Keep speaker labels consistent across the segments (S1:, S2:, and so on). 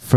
S1: for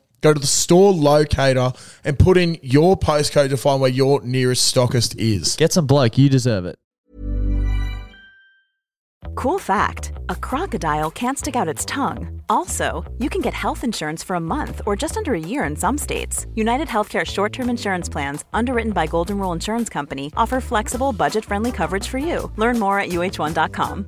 S2: go to the store locator and put in your postcode to find where your nearest stockist is.
S1: Get some bloke. You deserve it.
S3: Cool fact a crocodile can't stick out its tongue. Also, you can get health insurance for a month or just under a year in some states. United Healthcare short term insurance plans, underwritten by Golden Rule Insurance Company, offer flexible, budget friendly coverage for you. Learn more at uh1.com.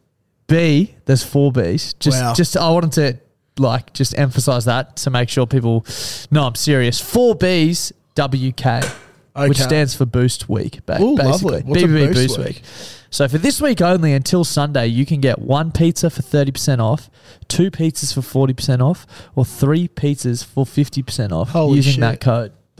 S1: B, there's four B's. Just,
S2: Wow.
S1: just I wanted to like just emphasize that to make sure people know I'm serious. Four B's, WK, which
S2: Okay.
S1: stands for Boost Week. Ba-
S2: Ooh, lovely.
S1: basically,
S2: What's a
S1: BBB
S2: Boost
S1: Boost,
S2: Week?
S1: week? So for this week only, until Sunday, you can get one pizza for thirty percent off, two pizzas for forty percent off, or three pizzas for fifty percent off
S2: Holy
S1: using
S2: shit.
S1: that code.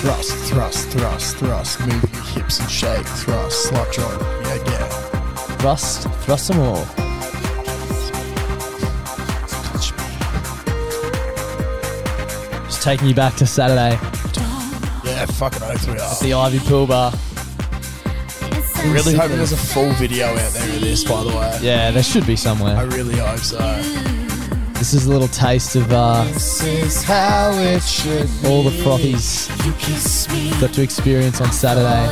S2: Thrust, thrust, thrust, thrust. Move your hips and shake. Thrust, slot joint. Yeah, yeah.
S1: Thrust, thrust them all. Just taking you back to Saturday,
S2: Yeah, fucking oath we are.
S1: the Ivy Pool Bar.
S2: Really hoping there's a full video out there of this, by the way.
S1: Yeah, there should be
S2: I
S1: somewhere.
S2: really hope so.
S1: This is a little taste of uh,
S4: This is how it should be.
S1: all the frothies
S4: You kiss me.
S1: got to experience on Saturday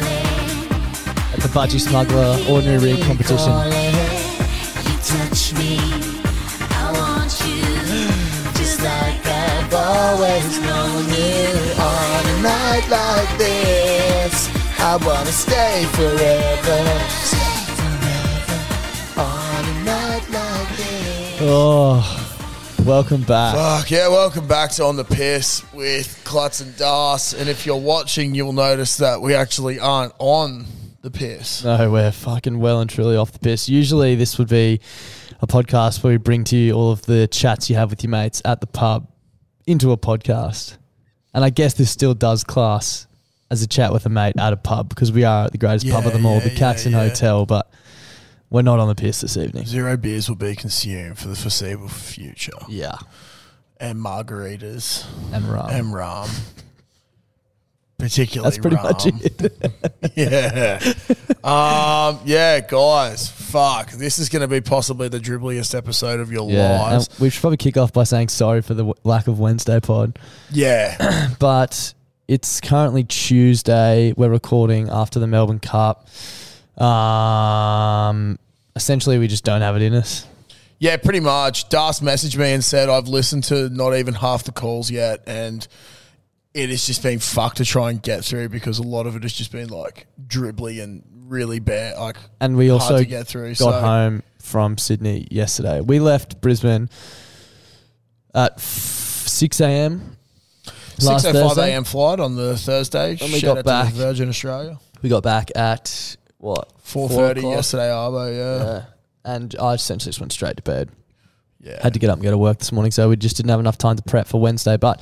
S1: at the Budgie Smuggler Ordinary Rig competition.
S4: Call it. You touch me. I want you. Just like I've always known you. On a night like this, I wanna stay forever. Stay forever. On a night like this.
S1: Oh, welcome back.
S2: Fuck yeah, welcome back to On the Piss with Klutz and Das. And if you're watching, you'll notice that we actually aren't on the piss.
S1: No, we're fucking well and truly off the piss. Usually, this would be a podcast where we bring to you all of the chats you have with your mates at the pub into a podcast. And I guess this still does class as a chat with a mate at a pub because we are at the greatest pub of
S2: Yeah,
S1: them all,
S2: yeah,
S1: the Caxton
S2: yeah, yeah.
S1: Hotel, but we're not on the piss this evening.
S2: Zero beers will be consumed for the foreseeable future.
S1: Yeah.
S2: And margaritas
S1: And rum.
S2: and rum. Particularly
S1: That's pretty
S2: rum.
S1: much it.
S2: Yeah. um, yeah, guys. Fuck. This is going to be possibly the dribbliest episode of your
S1: Yeah.
S2: lives.
S1: And we should probably kick off by saying sorry for the w- lack of Wednesday pod.
S2: Yeah.
S1: but it's currently Tuesday. We're recording after the Melbourne Cup. Um, essentially, we just don't have it in us.
S2: Yeah, pretty much. Das messaged me and said, I've listened to not even half the calls yet, and it has just been fucked to try and get through because a lot of it has just been like dribbly and really bare. Like,
S1: And we
S2: hard
S1: also
S2: to get through,
S1: got
S2: so-
S1: home from Sydney yesterday. We left Brisbane at f- 6 a.m. last
S2: 6.05
S1: Thursday.
S2: a.m. flight on the Thursday.
S1: And we
S2: Shout
S1: got
S2: out to
S1: back.
S2: the Virgin Australia.
S1: We got back at what?
S2: 4.30
S1: o'clock?
S2: yesterday, Arbo, yeah.
S1: Yeah. And I essentially just went straight to bed.
S2: Yeah.
S1: Had to get up and go to work this morning, so we just didn't have enough time to prep for Wednesday. But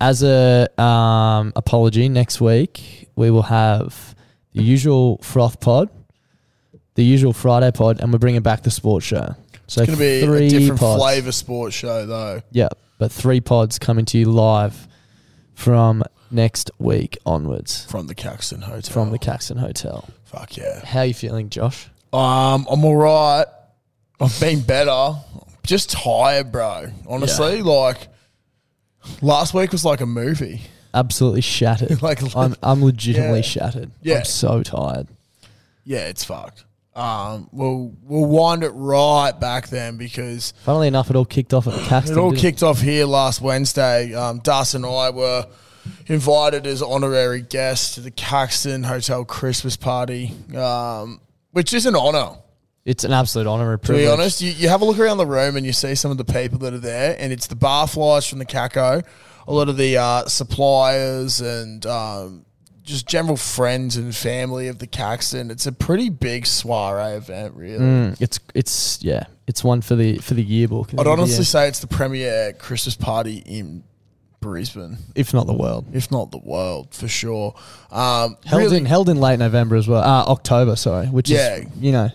S1: as a um, apology, next week we will have the usual froth pod, the usual Friday pod, and we're bringing back the sports show. So
S2: It's going to be
S1: three
S2: a different
S1: pods.
S2: flavour sports show, though.
S1: Yeah, but three pods coming to you live from next week onwards
S2: From the Caxton Hotel.
S1: from the Caxton Hotel.
S2: Fuck yeah.
S1: How you feeling, Josh?
S2: Um, I'm all right. I've been better. I'm Just tired, bro. Honestly, like last week was like a movie.
S1: Absolutely shattered.
S2: Like-
S1: I'm, I'm legitimately
S2: Yeah.
S1: shattered.
S2: Yeah.
S1: I'm so tired.
S2: Yeah, it's fucked. Um, we'll we'll wind it right back then because
S1: Funnily enough, it all kicked off at the Caxton.
S2: It all
S1: didn't
S2: kicked off here last Wednesday. Um, Das and I were invited as honorary guests to the Caxton Hotel Christmas party, um, which is an honor.
S1: It's an absolute honour and
S2: To
S1: privilege.
S2: be honest, you, you have a look around the room and you see some of the people that are there, and it's the bar flies from the Caco, a lot of the uh, suppliers and um, just general friends and family of the Caxton. It's a pretty big soiree event, really.
S1: Mm, it's it's yeah, it's one for the for the yearbook.
S2: I'd honestly
S1: Yeah.
S2: say it's the premier Christmas party in Brisbane.
S1: if not the world,
S2: if not the world for sure. Um,
S1: held
S2: really-
S1: in held in late November as well, uh, October. Sorry, which
S2: Yeah.
S1: is you know.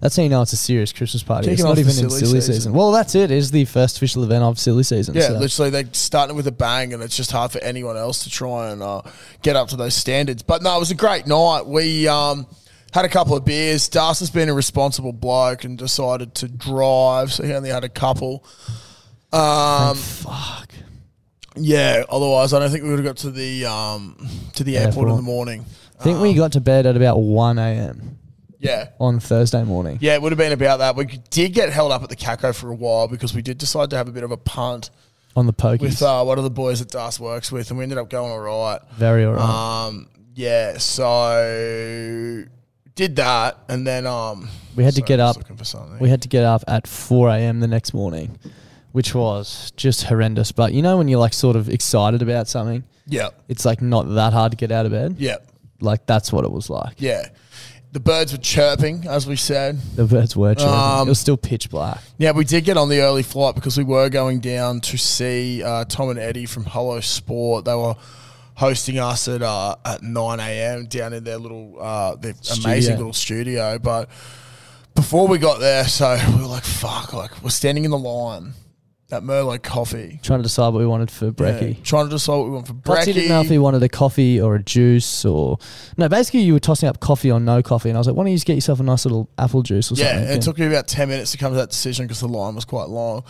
S1: That's how you know it's a serious Christmas party.
S2: Kicking
S1: it's
S2: off
S1: not
S2: the
S1: even in
S2: silly
S1: silly season.
S2: season.
S1: Well, that's it. It's the first official event of silly season.
S2: yeah,
S1: so.
S2: literally they started with a bang, and it's just hard for anyone else to try and uh, get up to those standards. But no, it was a great night. We um, had a couple of beers. Das has been a responsible bloke and decided to drive, so he only had a couple. Um,
S1: fuck.
S2: yeah, otherwise I don't think we would have got to the um, to the airport, in
S1: Airport.
S2: the morning.
S1: I think
S2: Ah.
S1: we got to bed at about one a.m.
S2: Yeah.
S1: on Thursday morning.
S2: Yeah, it would have been about that. We did get held up at the Caco for a while because we did decide to have a bit of a punt.
S1: on the pokies.
S2: with uh, one of the boys that Das works with, and we ended up going all right.
S1: Very alright.
S2: Um, yeah, so did that, and then um,
S1: We had to
S2: sorry,
S1: get
S2: I was
S1: up.
S2: Looking for something.
S1: we had to get up at four a.m. the next morning, which was just horrendous. But you know when you're like sort of excited about something,
S2: yeah,
S1: it's like not that hard to get out of bed.
S2: yeah,
S1: Like that's what it was like.
S2: yeah. The birds were chirping, as we said.
S1: The birds were chirping.
S2: Um,
S1: it was still pitch black.
S2: Yeah, we did get on the early flight because we were going down to see uh, Tom and Eddie from Hello Sport. They were hosting us at uh, at nine a.m. down in their little uh, their amazing
S1: Studio.
S2: little studio. But before we got there, so we were like, "Fuck!" Like we're standing in the line at Merlot Coffee,
S1: Trying to decide what we wanted for brekkie.
S2: Yeah, trying to decide what we want for
S1: Plus, he didn't know if
S2: brekkie.
S1: he wanted a coffee or a juice or no. Basically, you were tossing up coffee or no coffee, and I was like, "Why don't you just get yourself a nice little apple juice or
S2: Yeah,
S1: something?"
S2: and it took me about ten minutes to come to that decision because the line was quite long.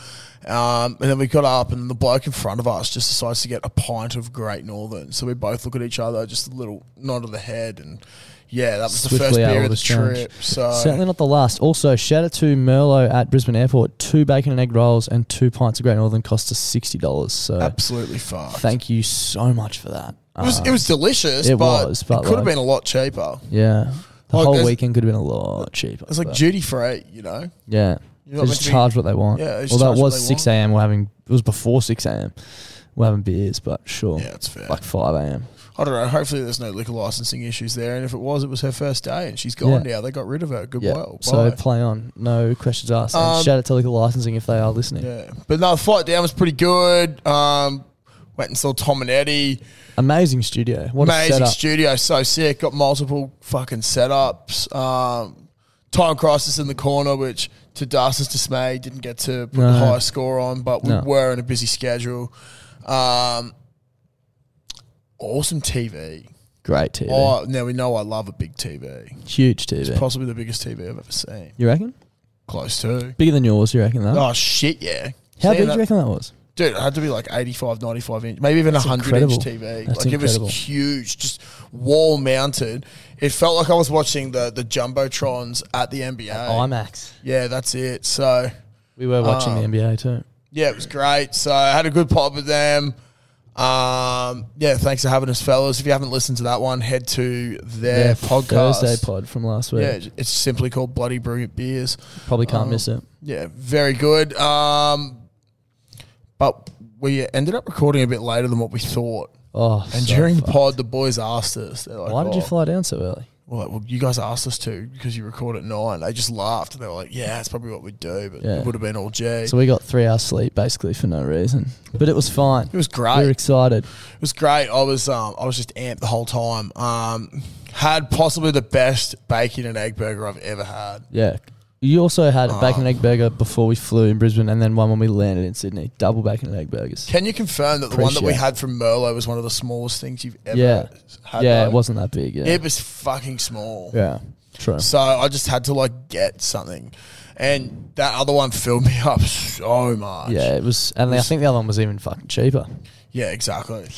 S2: Um, and then we got up, and the bloke in front of us just decides to get a pint of Great Northern. So we both look at each other, just a little nod of the head, and yeah, that was the
S1: Swiftly
S2: first
S1: out
S2: beer
S1: of
S2: of the
S1: the challenge.
S2: trip. So
S1: Certainly not the last. Also, shout out to Merlot at Brisbane Airport. Two bacon and egg rolls and two pints of Great Northern cost us sixty dollars. So
S2: absolutely fucked.
S1: thank you so much for that.
S2: it was, it was delicious,
S1: it
S2: but,
S1: was, but
S2: it could have
S1: like-
S2: been a lot cheaper.
S1: yeah, the
S2: Like,
S1: whole
S2: there's-
S1: weekend could have been a lot cheaper.
S2: It's like
S1: but-
S2: duty free, you know. You're
S1: yeah,
S2: not
S1: they
S2: meant
S1: just
S2: to be-
S1: charge what they want.
S2: Yeah, they just
S1: although
S2: charge
S1: it
S2: what
S1: was
S2: they
S1: six
S2: want.
S1: a.m. We're having it was before six a.m. We're having beers, but sure,
S2: Yeah, it's fair.
S1: like five a.m.
S2: I don't know. Hopefully, there's no liquor licensing issues there. And if it was, it was her first day, and she's gone
S1: Yeah.
S2: now. They got rid of her. Good
S1: Yeah,
S2: well.
S1: so
S2: bye.
S1: play on. No questions asked. And
S2: Um,
S1: shout out to Liquor Licensing if they are listening.
S2: Yeah, but no, the flight down was pretty good. Um, went and saw Tom and Eddie.
S1: Amazing studio. What a
S2: Amazing
S1: setup.
S2: studio, so sick. Got multiple fucking setups. Um, Time Crisis in the corner, which to Darcy's dismay didn't get to put the
S1: No.
S2: highest score on, but we
S1: No.
S2: were in a busy schedule. Um, awesome TV.
S1: Great TV.
S2: Oh, now we know I love a big TV.
S1: Huge TV.
S2: Possibly the biggest TV I've ever seen.
S1: you reckon?
S2: Close to.
S1: Bigger than yours, you reckon? That?
S2: Oh shit, yeah. Seeing
S1: How big do
S2: that-
S1: you reckon that was?
S2: Dude, it had to be like 85, 95 inch, maybe even a 100 inch
S1: incredible.
S2: TV.
S1: That's
S2: like it
S1: incredible.
S2: was huge, just wall mounted. It felt like I was watching the the jumbotrons at the NBA.
S1: IMAX.
S2: yeah, that's it. So
S1: We were watching
S2: Um,
S1: the NBA too.
S2: Yeah, it was great. So I had a good pop with them. Um, yeah, thanks for having us, fellas. If you haven't listened to that one, head to their podcast.
S1: Thursday pod from last week.
S2: Yeah, it's simply called Bloody Brilliant Beers.
S1: Probably can't
S2: Um,
S1: miss it.
S2: Yeah, very good. Um, but we ended up recording a bit later than what we thought.
S1: Oh,
S2: And
S1: so
S2: during the
S1: fucked.
S2: pod, the boys asked us. They're like,
S1: why did you
S2: "Oh,
S1: fly down so early?
S2: Well, like, well, you guys asked us to because you record at nine. They just laughed. They were like, "Yeah, it's probably what we do," but
S1: Yeah.
S2: it would have been all G.
S1: So we got three hours sleep basically for no reason, but it was fine.
S2: it was great.
S1: We were excited.
S2: It was great. I was um, I was just amped the whole time. Um, had possibly the best bacon and egg burger I've ever had.
S1: Yeah. You also had a bacon and egg burger before we flew in Brisbane, and then one when we landed in Sydney. Double bacon and egg burgers.
S2: Can you confirm that the one that we
S1: Appreciate it.
S2: had from Merlot was one of the smallest things you've ever
S1: Yeah.
S2: had?
S1: yeah,
S2: though?
S1: it wasn't that big. Yeah.
S2: It was fucking small.
S1: yeah. True.
S2: So I just had to like get something, and that other one filled me up so much.
S1: Yeah, it was, and I think the other one was even fucking cheaper.
S2: Yeah, exactly.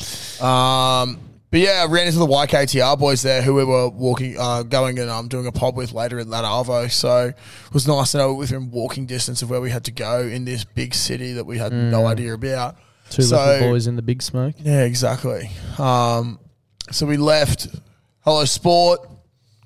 S2: Um, but yeah, I ran into the YKTR boys there who we were walking, uh, going and um, doing a pod with later at that Arvo. So it was nice to know we were in walking distance of where we had to go in this big city that we had no idea about.
S1: Mm. Two
S2: So-
S1: little boys in the big smoke.
S2: Yeah, exactly. Um, so we left Hello Sport,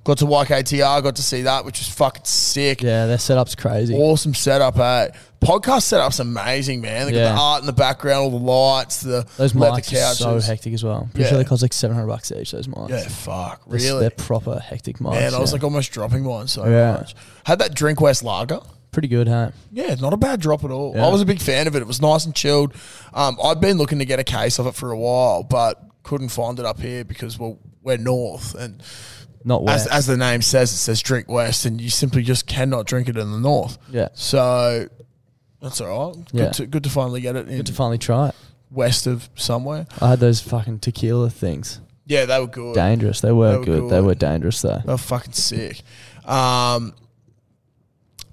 S2: got to YKTR, got to see that, which was fucking sick.
S1: Yeah, their setup's crazy.
S2: Awesome setup, eh? Podcast setup's amazing, man. They got
S1: Yeah.
S2: the art in the background, all the lights, the
S1: Those
S2: leather
S1: mics are so
S2: couches.
S1: hectic as well. Pretty
S2: Yeah.
S1: sure they cost like seven hundred bucks each. Those mics.
S2: Yeah, fuck,
S1: They're s-
S2: really?
S1: They're proper hectic mics.
S2: Man, I was
S1: yeah.
S2: like almost dropping mine so
S1: Yeah.
S2: much. Had that Drink West Lager.
S1: pretty good, huh?
S2: Yeah, not a bad drop at all.
S1: Yeah.
S2: I was a big fan of it. It was nice and chilled. Um, I'd been looking to get a case of it for a while, but couldn't find it up here because well, we're north, and
S1: Not wet.
S2: as, as the name says, it says Drink West, and you simply just cannot drink it in the north.
S1: yeah,
S2: So that's all right.
S1: Yeah.
S2: Good, to, good to finally get it in
S1: good to finally try it.
S2: west of somewhere.
S1: I had those fucking tequila things.
S2: Yeah, they were good.
S1: Dangerous. They were,
S2: They were
S1: good. They
S2: good.
S1: were dangerous though.
S2: They were fucking sick. Um,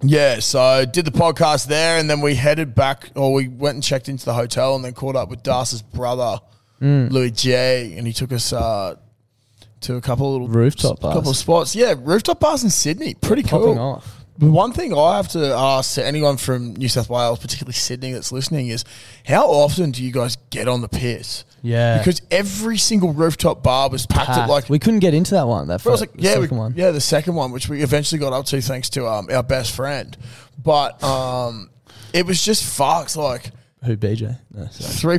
S2: yeah, so did the podcast there, and then we headed back, or we went and checked into the hotel, and then caught up with Darcy's brother,
S1: Mm.
S2: Louis G, and he took us uh, to a couple of little
S1: Rooftop bars.
S2: couple of spots. Yeah, rooftop bars in Sydney, pretty
S1: Popping
S2: cool.
S1: off.
S2: The One thing I have to ask to anyone from New South Wales, particularly Sydney, that's listening is, how often do you guys get on the piss?
S1: Yeah.
S2: because every single rooftop bar was packed, at
S1: Packed.
S2: like
S1: Ah, we couldn't get into that one. That
S2: but I was
S1: fir-
S2: like, yeah,
S1: second
S2: we-
S1: one.
S2: yeah, the second one, which we eventually got up to thanks to um, our best friend. But um, it was just fucked. Like
S1: Who BJ? No, sorry.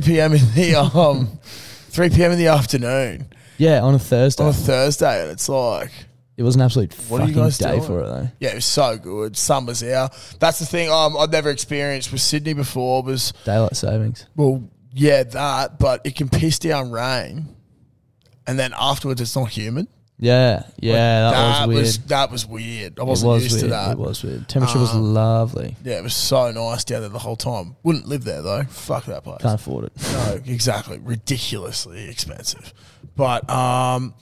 S2: three p.m. in the um, three p.m. in the afternoon
S1: Yeah, on a Thursday.
S2: on a Thursday, and it's like,
S1: it was an absolute
S2: What are
S1: fucking
S2: you guys
S1: day
S2: doing?
S1: for it though.
S2: yeah, it was so good. Summer's out. That's the thing um, I've never experienced with Sydney before. Was
S1: Daylight savings.
S2: well, yeah, that, but it can piss down rain, and then afterwards it's not humid.
S1: Yeah, yeah, that, was weird.
S2: that was weird. I wasn't
S1: it was
S2: used
S1: weird.
S2: to that. Um,
S1: It was weird. Temperature was lovely.
S2: Yeah, it was so nice down there the whole time. Wouldn't live there though. Fuck that place.
S1: Can't afford it.
S2: No, exactly. Ridiculously expensive. But um,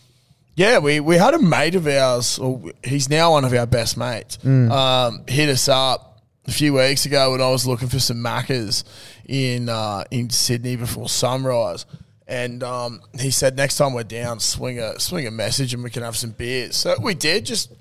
S2: yeah, we, we had a mate of ours, or he's now one of our best mates,
S1: Mm.
S2: um, hit us up a few weeks ago when I was looking for some Maccas in uh, in Sydney before sunrise. And um, he said, next time we're down, swing a swing a message and we can have some beers. So we did. Just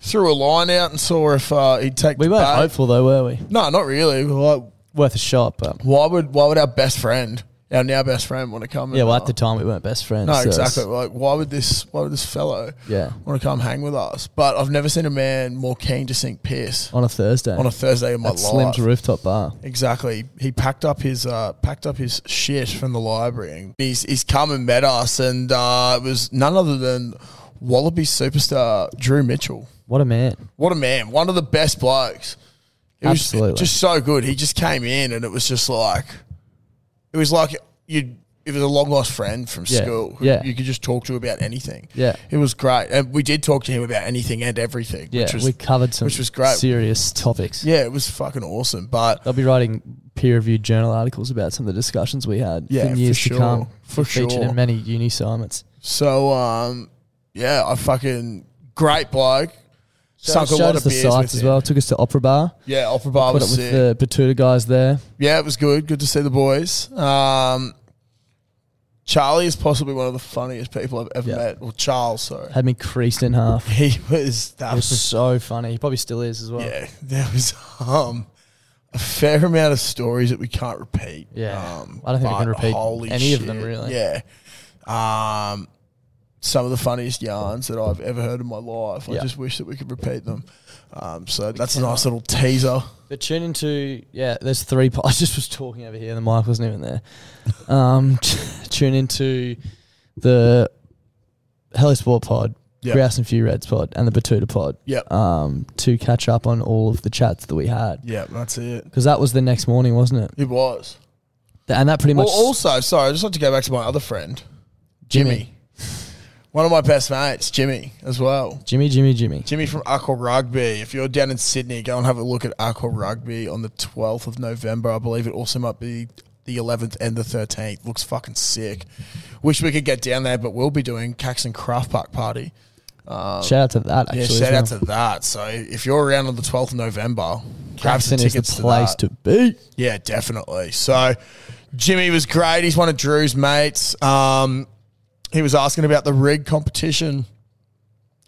S2: threw a line out and saw if uh, he'd take.
S1: We
S2: the
S1: weren't
S2: bait.
S1: hopeful though, were we?
S2: No, not really. We were like,
S1: Worth a shot, but
S2: why would why would our best friend, our now best friend, want to come?
S1: yeah.
S2: and,
S1: Well,
S2: uh,
S1: at the time we weren't best friends.
S2: no,
S1: so it's-
S2: exactly. Like, why would this why would this fellow
S1: Yeah,
S2: want to come hang with us? But I've never seen a man more keen to sink piss
S1: on a Thursday.
S2: on a Thursday in my
S1: at
S2: life.
S1: Slim's rooftop bar.
S2: Exactly. He packed up his uh, packed up his shit from the library, and he's he's come and met us, and uh, it was none other than Wallaby superstar Drew Mitchell.
S1: What a man!
S2: What a man! One of the best blokes. It was
S1: Absolutely.
S2: just so good. He just came in, and it was just like, it was like you. It was a long lost friend from
S1: Yeah,
S2: school. Who
S1: yeah.
S2: you could just talk to about anything.
S1: Yeah.
S2: it was great, and we did talk to him about anything and everything.
S1: Yeah,
S2: which was,
S1: we covered some
S2: which was great.
S1: serious topics.
S2: yeah, it was fucking awesome. But
S1: They'll be writing peer-reviewed journal articles about some of the discussions we had
S2: Yeah,
S1: in
S2: for
S1: years
S2: sure.
S1: to come.
S2: For
S1: featured
S2: sure.
S1: in many uni assignments.
S2: So um, yeah, I fucking great bloke. Sunk a
S1: Showed
S2: lot
S1: us
S2: of
S1: the
S2: beers with
S1: sites as
S2: him.
S1: well. Took us to Opera Bar.
S2: Yeah, Opera Bar
S1: Put up
S2: was
S1: with
S2: sick.
S1: the Batuta guys there.
S2: yeah, it was good. Good to see the boys. Um, Charlie is possibly one of the funniest people I've ever
S1: Yeah.
S2: met. Well, Charles, sorry.
S1: Had me creased in half.
S2: He was that
S1: That was
S2: was
S1: so funny. He probably still is as well.
S2: yeah. That was um, a fair amount of stories that we can't repeat. Um,
S1: Yeah. I don't think we
S2: but
S1: can repeat
S2: holy
S1: any of them,
S2: shit,
S1: really.
S2: Yeah. Um, some of the funniest yarns that I've ever heard in my life. I
S1: Yeah.
S2: just wish that we could repeat them. Um, so that's a nice little teaser.
S1: But tune into yeah. There's three. Po- I just was talking over here. The mic wasn't even there. Um, tune into the Hello Sport Pod,
S2: Yeah.
S1: Grouse and Few Reds Pod, and the Batuta Pod.
S2: Yep.
S1: Um, to catch up on all of the chats that we had
S2: Yeah, that's it.
S1: because that was the next morning, wasn't it?
S2: It was.
S1: Th- And that pretty much
S2: Well, also, sorry, I just want to go back to my other friend, Jimmy. One of my best mates, Jimmy, as well.
S1: Jimmy, Jimmy, Jimmy.
S2: Jimmy from Aqua Rugby. If you're down in Sydney, go and have a look at Aqua Rugby on the 12th of November. I believe it also might be the 11th and the 13th. Looks fucking sick. Wish we could get down there, but we'll be doing Caxton Craft Park Party.
S1: shout out to that. Actually,
S2: Oh. Yeah,
S1: as
S2: shout out
S1: well.
S2: to that. So if you're around on the 12th of November, grab some
S1: Jackson is the
S2: tickets
S1: place
S2: to that.
S1: to be.
S2: Yeah, definitely. So Jimmy was great. He's one of Drew's mates. Um, he was asking about the rig competition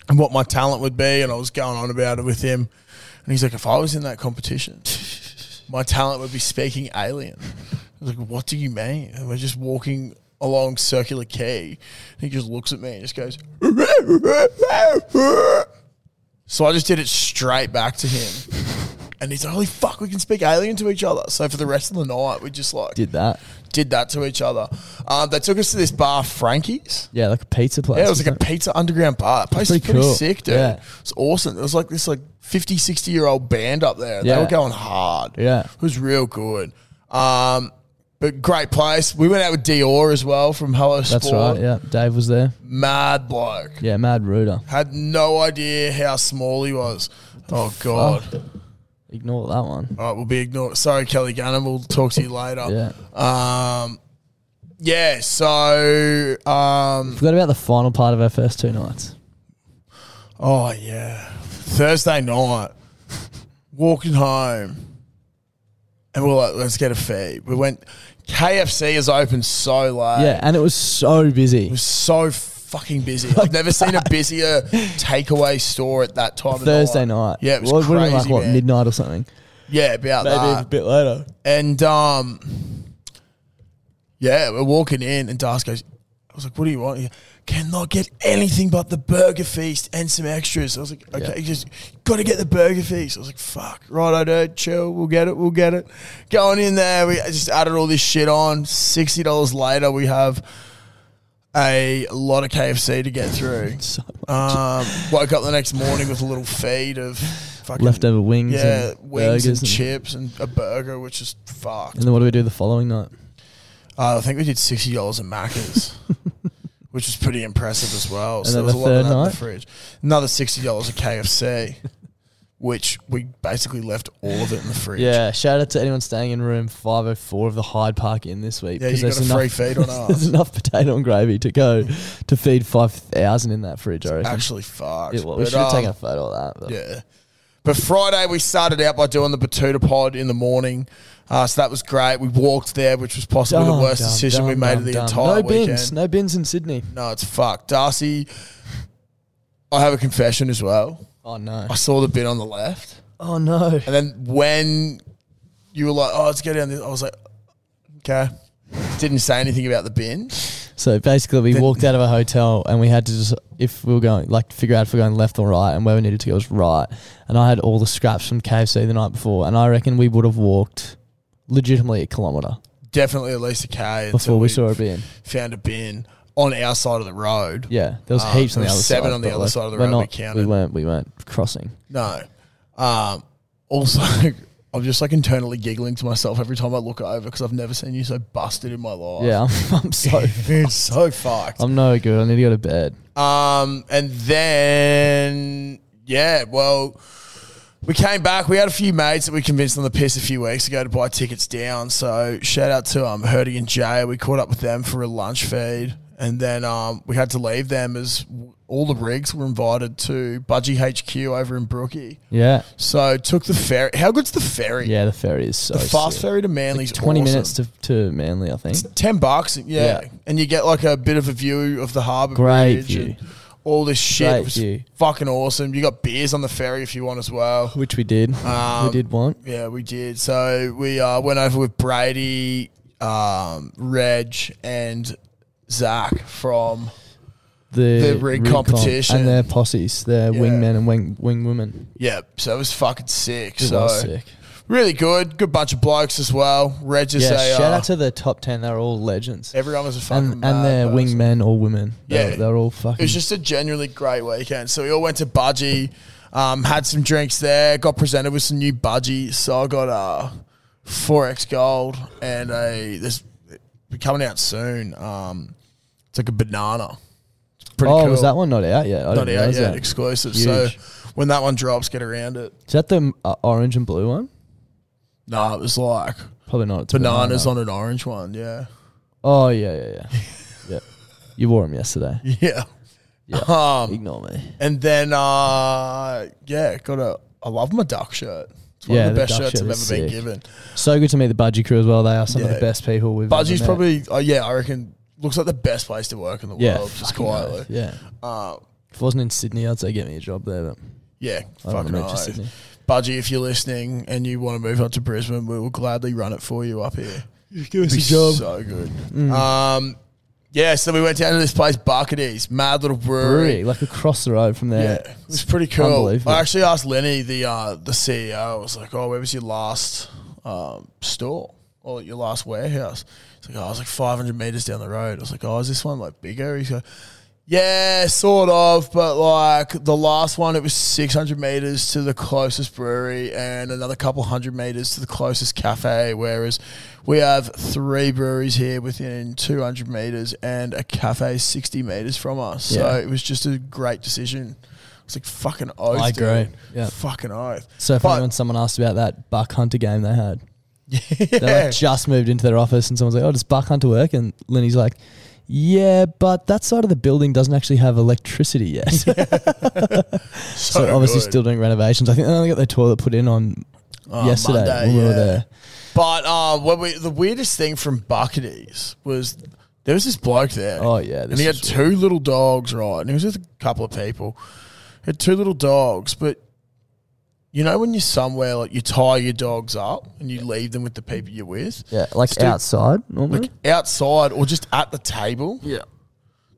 S2: and what my talent would be, and I was going on about it with him. And he's like, if I was in that competition, my talent would be speaking alien. I was like, what do you mean? And we're just walking along Circular Quay. And he just looks at me and just goes, so I just did it straight back to him. And he's like, holy fuck, we can speak alien to each other. So for the rest of the night, we just like did,
S1: Did that.
S2: that to each other. Um, they took us to this bar, Frankie's.
S1: Yeah, like a pizza place.
S2: Yeah, it was like a
S1: wasn't
S2: pizza underground bar. That place is
S1: pretty
S2: pretty
S1: cool.
S2: sick, dude.
S1: Yeah.
S2: It's awesome. It was like this like 50, 60 year old band up there. They
S1: Yeah.
S2: were going hard.
S1: Yeah.
S2: It was real good. Um, but great place. We went out with Dior as well from Hello Sport.
S1: That's right. Yeah, Dave was there.
S2: Mad bloke.
S1: Yeah, Mad Rooter.
S2: Had no idea how small he was. Oh god.
S1: Ignore that one.
S2: All right, we'll be ignored. Sorry, Kelly Gunner. We'll talk to you later.
S1: Yeah.
S2: Um, yeah. So, um,
S1: Forgot about the final part of our first two nights.
S2: oh yeah, Thursday night, walking home, and we're like, let's get a feed. We went. KFC is open so late.
S1: Yeah, and it was so busy.
S2: So fucking busy. I've never seen a busier takeaway store at that time. of
S1: Thursday night.
S2: Yeah, it was
S1: Well, would've
S2: crazy.
S1: been like what
S2: man.
S1: midnight or something.
S2: Yeah, about
S1: Maybe
S2: that.
S1: a bit later.
S2: And um, yeah, we're walking in, and Das goes, I was like, what do you want? He goes, Cannot get anything but the burger feast and some extras. I was like, okay,
S1: Yeah.
S2: you just got to get the burger feast. I was like, fuck, right, I do, chill, we'll get it, we'll get it. Going in there, we just added all this shit on. $60 later, we have a lot of KFC to get through.
S1: So
S2: Um, woke up the next morning with a little feed of fucking
S1: leftover wings.
S2: yeah,
S1: and
S2: wings
S1: burgers
S2: and, chips and a burger, which is fucked.
S1: And then what do we do the following night?
S2: Uh, I think we did sixty dollars in Macca's, which was pretty impressive as well. so
S1: then
S2: there was
S1: the
S2: a lot of
S1: third
S2: that in
S1: night?
S2: the fridge. Another sixty dollars at KFC, which we basically left all of it in the fridge.
S1: Yeah, shout out to anyone staying in room 504 of the Hyde Park Inn this week.
S2: Yeah,
S1: 'cause
S2: you got
S1: there's
S2: a free
S1: enough-
S2: feed on
S1: There's
S2: ours.
S1: enough potato and gravy to go to feed 5,000 in that fridge, I reckon.
S2: Actually, fucked.
S1: Yeah, well, we
S2: But,
S1: should have
S2: um,
S1: taken a photo of that. but-
S2: Yeah. But Friday we started out by doing the Batuta pod in the morning, uh, so that was great. We walked there, which was possibly
S1: Dumb,
S2: the worst
S1: dumb,
S2: decision we
S1: dumb,
S2: made
S1: dumb,
S2: of the
S1: dumb.
S2: entire
S1: no
S2: weekend.
S1: bins, no bins in Sydney.
S2: No, it's fucked. Darcy, I have a confession as well.
S1: Oh no!
S2: I saw the bin on the left,
S1: Oh no!
S2: and then when you were like, "Oh, let's go down," this, I was like, "Okay." Didn't say anything about the bin.
S1: So basically, we
S2: Then-
S1: walked out of a hotel and we had to just, if we were going, like, figure out if we are going left or right, and where we needed to go was right. And I had all the scraps from KFC the night before, and I reckon we would have walked legitimately a kilometre
S2: Definitely at least a K until
S1: before we saw a bin.
S2: found a bin on our side of the road.
S1: Yeah, there was
S2: Ah,
S1: heaps on
S2: there was
S1: the other side.
S2: seven on the
S1: but,
S2: other
S1: like,
S2: side of the
S1: we're
S2: road we
S1: Not, we
S2: counted.
S1: weren't. We weren't crossing.
S2: No. Um, also, I'm just like internally giggling to myself every time I look over because I've never seen you so busted in my life.
S1: Yeah, I'm, I'm so.
S2: it's so fucked.
S1: I'm no good. I need to go to bed.
S2: Um, and then yeah, well, we came back. We had a few mates that we convinced on the piss a few weeks ago to buy tickets down. So shout out to um Hurdy and Jay. We caught up with them for a lunch feed, and then um we had to leave them as w- all the rigs were invited to Budgie HQ over in Brookie.
S1: Yeah,
S2: So took the ferry. How good's the ferry?
S1: yeah. The ferry is so.
S2: the fast
S1: sick.
S2: ferry to Manly's
S1: Twenty
S2: awesome.
S1: minutes to, to Manly, I think.
S2: Ten bucks, yeah.
S1: Yeah.
S2: and you get like a bit of a view of the harbour.
S1: Great
S2: bridge and
S1: view.
S2: all this shit.
S1: Great
S2: it was
S1: view.
S2: fucking awesome. You got beers on the ferry if you want as well.
S1: which we did. we
S2: Um,
S1: did want.
S2: Yeah, we did. So we uh, went over with Brady, um, Reg, and Zach from.
S1: the,
S2: The rig
S1: comp
S2: competition.
S1: and their posses, their
S2: Yeah.
S1: wingmen and wing wing women.
S2: Yeah, so it was fucking sick.
S1: It
S2: so
S1: was sick.
S2: really good, good bunch of blokes as well. Reg is
S1: Yeah,
S2: a,
S1: shout
S2: uh,
S1: out to the top ten. They're all legends,
S2: everyone was a fucking
S1: and and their
S2: mad person.
S1: wingmen or women. They're,
S2: Yeah.
S1: they're all
S2: It
S1: fucking.
S2: was just a genuinely great weekend. So we all went to Budgie, um, had some drinks there, got presented with some new Budgie. So I got uh, 4X Gold and a, this be coming out soon. Um, it's like a banana. It's pretty
S1: oh,
S2: cool.
S1: was that one not out yet? I
S2: Not
S1: didn't
S2: out
S1: realise
S2: yet,
S1: that.
S2: exclusive.
S1: Huge.
S2: So when that one drops, get around it.
S1: Is that the uh, orange and blue one?
S2: No, it was like
S1: Probably not. It's a
S2: bananas
S1: banana.
S2: on an orange one. Yeah.
S1: Oh yeah, yeah, yeah. yep. You wore them yesterday.
S2: Yeah.
S1: Yeah.
S2: Um,
S1: Ignore me.
S2: and then, uh, yeah, got a, I love my duck shirt. It's one
S1: Yeah,
S2: of the
S1: the
S2: best
S1: duck
S2: shirts
S1: shirt
S2: I've ever
S1: is
S2: been
S1: sick.
S2: given.
S1: So good to meet the Budgie crew as well. They are some of
S2: Yeah.
S1: the best people we've. ever
S2: Budgie's
S1: met.
S2: probably, oh yeah, I reckon looks like the best place to work in the
S1: yeah,
S2: world, just
S1: fucking
S2: quietly.
S1: oath, Yeah.
S2: Uh,
S1: If I wasn't in Sydney, I'd say get me a job there. But
S2: yeah,
S1: I don't
S2: fucking
S1: know, just
S2: right.
S1: Sydney.
S2: Budgie, if you're listening and you want to move up to Brisbane, we will gladly run it for you up here.
S1: give us
S2: Be So good.
S1: Mm.
S2: Um, yeah, so we went down to this place, Bucketies, mad little
S1: brewery, like across the road from there.
S2: Yeah, it was pretty cool.
S1: unbelievable.
S2: I actually asked Lenny, the uh, the CEO, I was like, "Oh, where was your last um, store or your last warehouse?" He's like, "Oh, I was like 500 meters down the road." I was like, "Oh, is this one like bigger?" He's like, "Yeah, sort of, but like the last one, it was 600 meters to the closest brewery and another couple hundred meters to the closest cafe. Whereas we have three breweries here within 200 meters and a cafe 60 meters from us.
S1: Yeah.
S2: So it was just a great decision. It's like fucking oath.
S1: I agree.
S2: dude.
S1: Yeah.
S2: Fucking oath.
S1: So if
S2: But-
S1: anyone, someone asked about that buck hunter game they had, they
S2: Yeah.
S1: like just moved into their office and someone's like, "Oh, does buck hunter work?" And Lenny's like, "Yeah, but that side of the building doesn't actually have electricity yet. so
S2: so
S1: they're obviously
S2: oh, good.
S1: still doing renovations. I think they only got their toilet put in on
S2: Oh,
S1: yesterday
S2: Monday,
S1: when we were
S2: yeah.
S1: there.
S2: But um, when we, the weirdest thing from Bucketies was there was this bloke there.
S1: Oh, yeah,
S2: and
S1: this
S2: he had
S1: is
S2: two little dogs, right? And he was with a couple of people. He had two little dogs, but you know when you're somewhere like you tie your dogs up and you leave them with the people you're with,
S1: Yeah, like
S2: Still-
S1: outside normally.
S2: like outside or just at the table.
S1: yeah,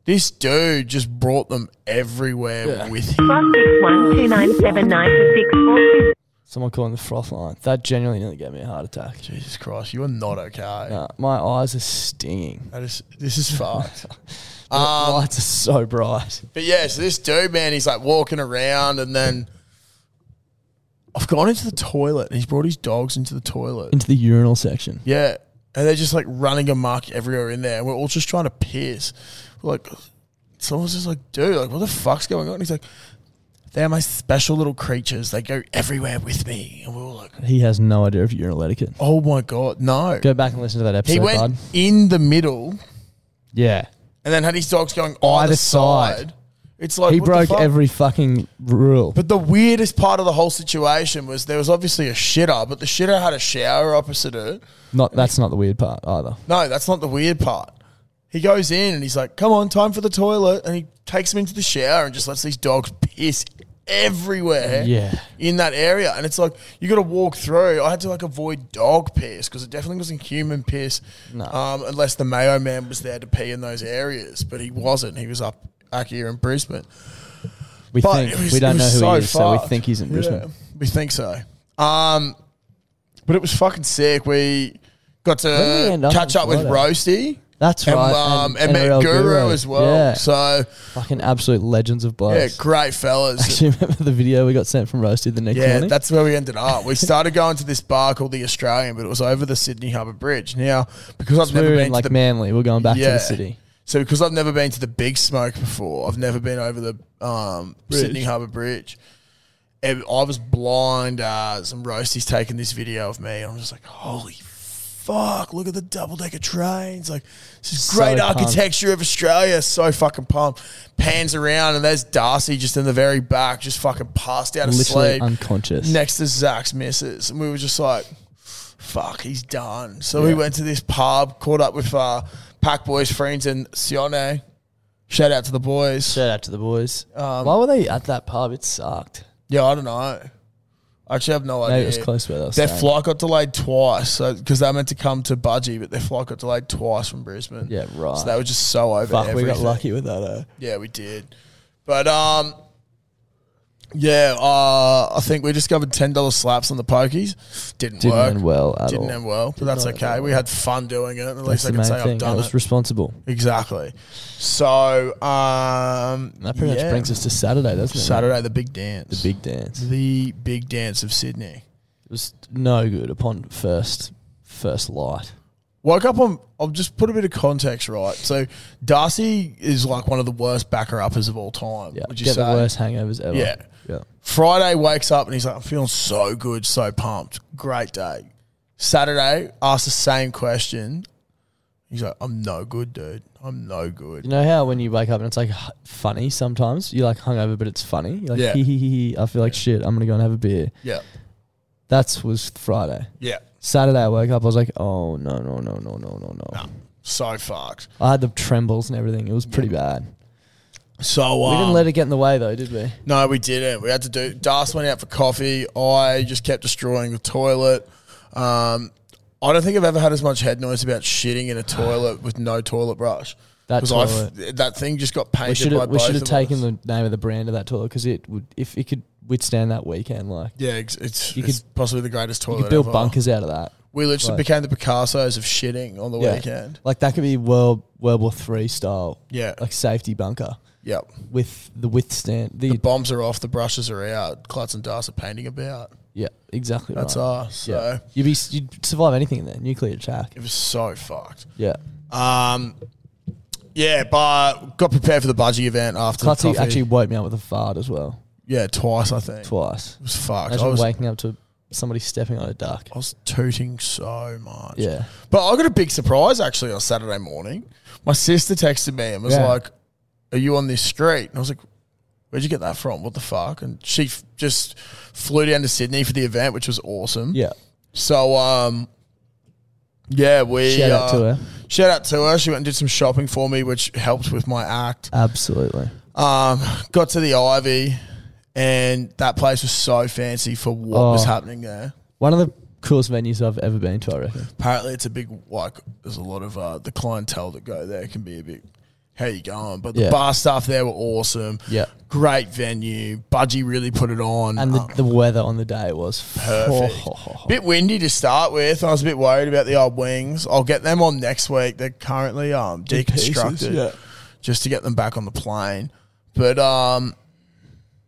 S2: This dude just brought them everywhere
S1: Yeah.
S2: with him.
S5: One six one two nine seven nine six four two.
S1: someone calling the froth line. That genuinely nearly gave me a heart attack.
S2: Jesus Christ, you are not okay.
S1: Nah, my eyes are stinging.
S2: That is, this is fucked.
S1: The
S2: Um,
S1: lights are so bright.
S2: But yeah, so this dude, man, he's like walking around and then I've gone into the toilet and he's brought his dogs into the toilet.
S1: Into the urinal section.
S2: Yeah. And they're just like running amok everywhere in there. And we're all just trying to piss. We're like, someone's just like, dude, like, what the fuck's going on? And he's like, they're my special little creatures. They go everywhere with me. And we were like,
S1: He has no idea of urinal etiquette.
S2: oh my God, no.
S1: Go back and listen to that episode,
S2: He went
S1: bud.
S2: in the middle
S1: Yeah.
S2: and then had his dogs going either,
S1: side.
S2: side. It's like,
S1: he
S2: what the
S1: broke
S2: fuck?
S1: every fucking rule.
S2: But the weirdest part of the whole situation was there was obviously a shitter, but the shitter had a shower opposite it.
S1: not that's not the weird part either.
S2: No, that's not the weird part. He goes in and he's like, "Come on, time for the toilet," and he takes him into the shower and just lets these dogs piss everywhere.
S1: Yeah.
S2: in that area, and it's like you got to walk through. I had to like avoid dog piss because it definitely wasn't human piss, um, unless the Mayo man was there to pee in those areas, but he wasn't. He was up back here in Brisbane.
S1: We
S2: But
S1: think
S2: it was-
S1: we
S2: it
S1: don't know who
S2: was
S1: he
S2: so
S1: is, so we
S2: fucked.
S1: think he's in Brisbane.
S2: Yeah, we think so. Um, but it was fucking sick. We got
S1: Where did we
S2: to
S1: end up
S2: catch
S1: on
S2: up with
S1: Friday?
S2: Roasty.
S1: That's
S2: and,
S1: right,
S2: Um,
S1: and
S2: and,
S1: NRL
S2: met Guru,
S1: Guru.
S2: as well.
S1: Yeah.
S2: So
S1: Fucking absolute legends of
S2: yeah,
S1: blokes.
S2: great fellas.
S1: Do you remember the video we got sent from Roasted the next
S2: Yeah,
S1: morning?
S2: that's where we ended up. We started going to this bar called the Australian, but it was over the Sydney Harbour Bridge. Now, because I've
S1: we
S2: never
S1: were
S2: been
S1: in
S2: to
S1: like
S2: the
S1: Manly. We're going back to
S2: Yeah.
S1: the city.
S2: So because I've never been to the Big Smoke before, I've never been over the um, Sydney Harbour Bridge. And I was blind as and Roasty's taking this video of me. I'm just like, holy fuck, look at the double decker trains. Like, this is
S1: So
S2: great
S1: pumped.
S2: architecture of Australia. So fucking pumped. Pans around and there's Darcy just in the very back, just fucking passed out
S1: Literally
S2: asleep
S1: unconscious.
S2: next to Zach's missus, and we were just like, "Fuck, he's done." So we went to this pub, caught up with uh, Pack Boys friends and Sione, Shout out to the boys.
S1: Shout out to the boys.
S2: Um,
S1: Why were they at that pub? It sucked.
S2: Yeah, I don't know. I actually have no
S1: Maybe
S2: idea.
S1: it was close where they were
S2: Their
S1: staying.
S2: flight got delayed twice because they were meant to come to Budgie, but their flight got delayed twice from Brisbane.
S1: Yeah, right.
S2: So they were just so over.
S1: Fuck, we got
S2: everything.
S1: lucky with that. Eh?
S2: Yeah, we did. But um, yeah, uh, I think we discovered ten dollars slaps on the pokies. Didn't,
S1: Didn't
S2: work.
S1: end well at
S2: Didn't
S1: all.
S2: end well, but that's
S1: not end
S2: okay. We
S1: well.
S2: had fun doing it. At
S1: That's
S2: least I
S1: the
S2: can
S1: main
S2: say
S1: thing.
S2: I've
S1: I
S2: done
S1: was
S2: it.
S1: responsible.
S2: Exactly. So um,
S1: And that pretty
S2: yeah.
S1: much brings us to Saturday, doesn't it?
S2: Saturday, the big dance,
S1: The big dance. It
S2: the big dance of Sydney.
S1: was no good upon first first light.
S2: Woke up on. I'll just put a bit of context, right? So Darcy is like one of the worst backer uppers of all time.
S1: Yeah.
S2: Would you
S1: Get
S2: say?
S1: the worst hangovers ever.
S2: Yeah.
S1: Yeah.
S2: Friday wakes up and he's like, I'm feeling so good, so pumped. Great day. Saturday asks the same question. He's like, I'm no good, dude. I'm no
S1: You
S2: good.
S1: know how when you wake up and it's like h- funny sometimes? You're like hungover, but it's funny. You're like,
S2: Yeah.
S1: hee hee hee hee. I feel like shit. I'm going to go and have a beer.
S2: Yeah.
S1: That was Friday.
S2: Yeah.
S1: Saturday, I woke up. I was like, oh, no, no, no, no, no, no, no.
S2: So fucked.
S1: I had the trembles and everything. It was pretty bad.
S2: So um,
S1: We didn't let it get in the way, though, did we?
S2: No, we didn't. We had to do. Das went out for coffee. I just kept destroying the toilet. Um, I don't think I've ever had as much head noise about shitting in a toilet with no toilet brush.
S1: That
S2: 'Cause I f-
S1: toilet.
S2: that thing just got
S1: We
S2: painted
S1: should
S2: by
S1: have we
S2: both
S1: should have
S2: of
S1: taken
S2: us.
S1: the name of the brand of that toilet because it would if it could withstand that weekend like
S2: Yeah, it's, it's,
S1: You
S2: it's possibly the greatest toilet
S1: you could build
S2: ever.
S1: bunkers out of that.
S2: We literally
S1: Like-
S2: became the Picassos of shitting on the
S1: Yeah.
S2: weekend.
S1: Like that could be world World War Three style.
S2: Yeah.
S1: Like safety bunker
S2: Yep.
S1: with the withstand the,
S2: The bombs are off, the brushes are out, Klutz and Das are painting about.
S1: yeah exactly
S2: That's
S1: right.
S2: us. So
S1: Yeah. You'd be you'd survive anything in there nuclear attack.
S2: it was so fucked.
S1: Yeah.
S2: Um, yeah, but got prepared for the budgie event after the
S1: Clutzy
S2: coffee.
S1: actually woke me up with a fart as well
S2: yeah, twice I think.
S1: twice.
S2: It was fucked.
S1: Imagine
S2: I was, Oh, I
S1: waking up to somebody stepping on a duck.
S2: was tooting so much.
S1: Yeah.
S2: But I got a big surprise actually on Saturday morning. My sister texted me and was
S1: Yeah.
S2: like, Are you on this street? And I was like, Where'd you get that from? What the fuck? And she f- just flew down to Sydney for the event, which was awesome.
S1: Yeah.
S2: So, um, yeah, we
S1: Shout out
S2: uh,
S1: to her.
S2: Shout out to her. She went and did some shopping for me, which helped with my act.
S1: Absolutely.
S2: Um, got to the Ivy, and that place was so fancy for what was
S1: Oh.
S2: happening there.
S1: One of the coolest venues I've ever been to, I reckon.
S2: apparently it's a big like there's a lot of uh, the clientele that go there can be a bit how you going but the
S1: Yeah.
S2: bar staff there were awesome
S1: Yeah.
S2: great venue budgie really put it on
S1: And the,
S2: Um,
S1: the weather on the day was
S2: perfect bit windy to start with i was a bit worried about the old wings i'll get them on next week they're currently um
S1: pieces,
S2: deconstructed
S1: yeah.
S2: just to get them back on the plane but um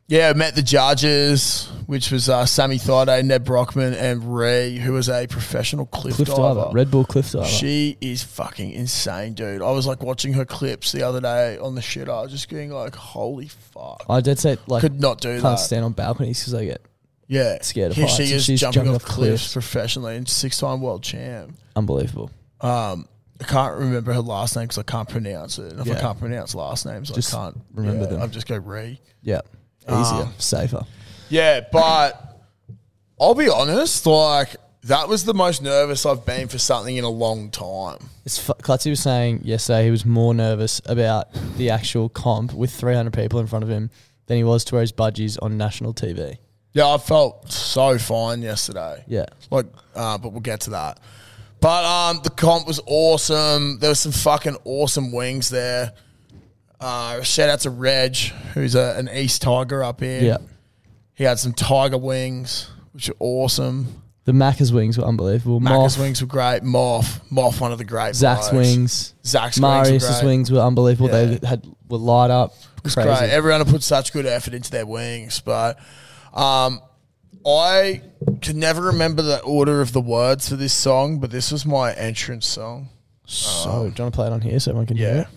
S2: yeah, met the judges, which was uh, Sammy Thaiday, Ned Brockman, and Ree, who was a professional cliff,
S1: Cliff diver,
S2: diver.
S1: Red Bull cliff diver.
S2: She is fucking insane, dude. I was like watching her clips the other day on the shit. I was just being like, holy fuck.
S1: I did say like
S2: Could not do
S1: can't
S2: that.
S1: stand on balconies because I get
S2: yeah.
S1: scared of
S2: Here
S1: heights
S2: she
S1: and
S2: is
S1: she's
S2: jumping,
S1: jumping
S2: off
S1: off
S2: cliffs,
S1: cliffs.
S2: professionally and six time world champ.
S1: unbelievable.
S2: Um, I can't remember her last name because I can't pronounce it. And if I
S1: Yeah.
S2: can't pronounce last names,
S1: Just
S2: I can't
S1: remember
S2: yeah,
S1: them.
S2: I just go re.
S1: Yeah,
S2: Ah.
S1: easier, safer.
S2: Yeah, but I'll be honest, like that was the most nervous I've been for something in a long time.
S1: It's fu- Clutzy was saying yesterday he was more nervous about the actual comp with 300 people in front of him than he was to wear his budgies on national TV.
S2: Yeah, I felt so fine yesterday.
S1: Yeah.
S2: Like, uh, but we'll get to that. But um, the comp was awesome. There was some fucking awesome wings there. Uh, shout out to Reg, who's a, an East Tiger up here.
S1: Yeah,
S2: He had some tiger wings, which are awesome.
S1: the Macca's wings were unbelievable.
S2: Macca's
S1: Moff,
S2: wings were great. Moff, Moff, one of the great.
S1: Zach's
S2: blokes.
S1: wings,
S2: Zach's wings were
S1: Marius's
S2: great.
S1: wings were unbelievable. They had were light up.
S2: It's
S1: Crazy.
S2: great. Everyone put such good effort into their wings, but um, I can never remember the order of the words for this song. But this was my entrance song.
S1: So, do you want to play it on here so everyone can hear? it?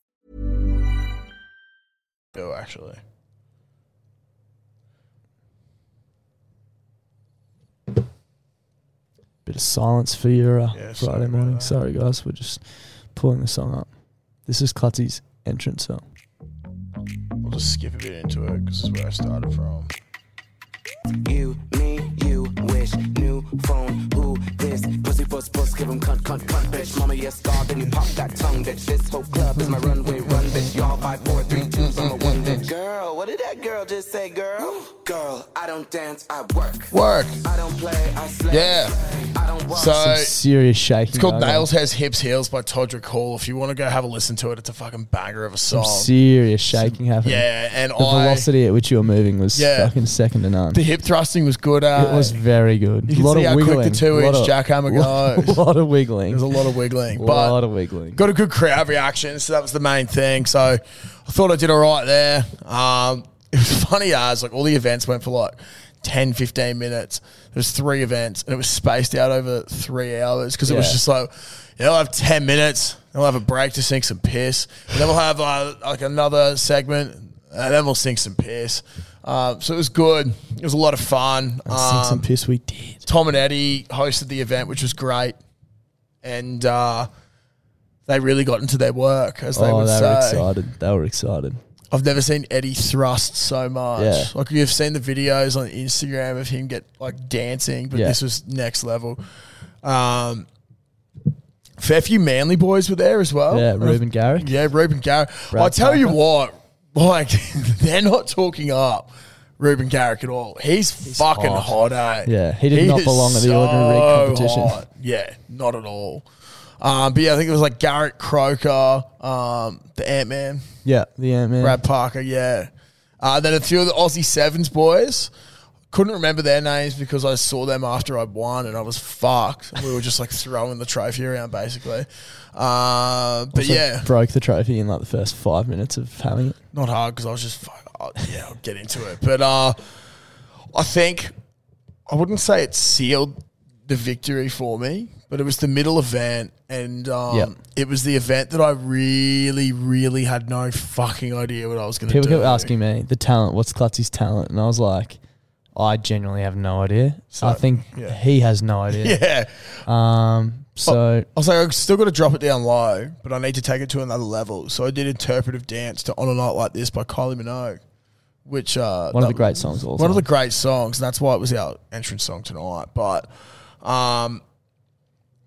S2: Oh, actually.
S1: Bit of silence for your uh,
S2: Yeah, sorry
S1: Friday
S2: about
S1: morning.
S2: that.
S1: Sorry, guys. We're just pulling the song up. This is Clutzy's entrance song.
S2: We'll just skip a bit into it because this is where I started from.
S6: You, me, you, wish, new phone, who this? Pussy puss puss, give him cunt cunt cunt, bitch. Mama, yes, God, then you pop that tongue, bitch. This whole club is my runway, run, bitch. Y'all five, four, three, twos, I'm a one, bitch. Girl, what did that girl just say, girl? Girl, I don't dance, I work.
S2: Work.
S6: I don't play, I slay.
S2: Yeah.
S6: I don't walk.
S2: So
S1: Some serious shaking.
S2: it's called
S1: going on.
S2: Nails Has Hips Heels by Todrick Hall. If you want to go have a listen to it, it's a fucking banger of a
S1: Some
S2: song.
S1: serious shaking happening.
S2: Yeah, and
S1: The
S2: I
S1: velocity at which you were moving was
S2: Yeah.
S1: fucking second to none.
S2: the hip thrusting was good uh, at.
S1: it was very good.
S2: You can
S1: a lot
S2: see
S1: of
S2: how quick the
S1: wiggling.
S2: two-inch
S1: Lot of-
S2: jackhammer goes.
S1: lot of wiggling.
S2: There's a lot of wiggling,
S1: A
S2: but
S1: lot of wiggling.
S2: got a good crowd reaction, so that was the main thing. So I thought I did all right there. Um, it was funny as like all the events went for like 10, 15 minutes. There was three events, and it was spaced out over three hours because it was
S1: Yeah.
S2: just like yeah, I'll have ten minutes, then we'll have a break to sink some piss, and then we'll have uh, like another segment, and then we'll sink some piss. Um, so it was good. It was a lot of fun.
S1: Sink
S2: Um,
S1: some piss we did.
S2: Tom and Eddie hosted the event, which was great, and uh, they really got into their work, as they
S1: Oh,
S2: would
S1: they
S2: say.
S1: were excited. They were excited.
S2: I've never seen Eddie thrust so much.
S1: Yeah.
S2: Like you've seen the videos on Instagram of him get like dancing, but
S1: Yeah.
S2: this was next level. Um, fair few Manly boys were there as well.
S1: yeah, Ruben Garrick.
S2: Oh, Yeah, Ruben Garrick.
S1: Brad
S2: I tell you
S1: Parker.
S2: what, like they're not talking up Ruben Garrick at all. He's, fucking hot, eh?
S1: Yeah, he did not
S2: is
S1: belong at the ordinary competition.
S2: Yeah, not at all. Um, but yeah, I think it was like Garrett Croker, um, the Ant Man,
S1: Yeah, the Ant Man.
S2: Brad Parker. Yeah, uh, then a few of the Aussie Sevens boys. Couldn't remember their names because I saw them after I won and I was fucked. We were just like throwing the trophy around basically. Uh, but
S1: Also
S2: yeah,
S1: broke the trophy in like the first five minutes of having it.
S2: not hard because I was just fuck. I'll, yeah, I'll get into it. But uh, I think I wouldn't say it sealed the victory for me, but it was the middle event, and um,
S1: Yep.
S2: it was the event that I really, really had no fucking idea what I was going to do.
S1: People kept asking me the talent. What's Klutzy's talent? And I was like, I genuinely have no idea. I think
S2: yeah.
S1: he has no idea.
S2: Yeah,
S1: Um. So
S2: I was like, I've still got to drop it down low, but I need to take it to another level. So I did interpretive dance to "On a Night Like This" by Kylie Minogue, which uh,
S1: one of the
S2: that-
S1: great songs. Also.
S2: One of the great songs, and that's why it was our entrance song tonight. But um,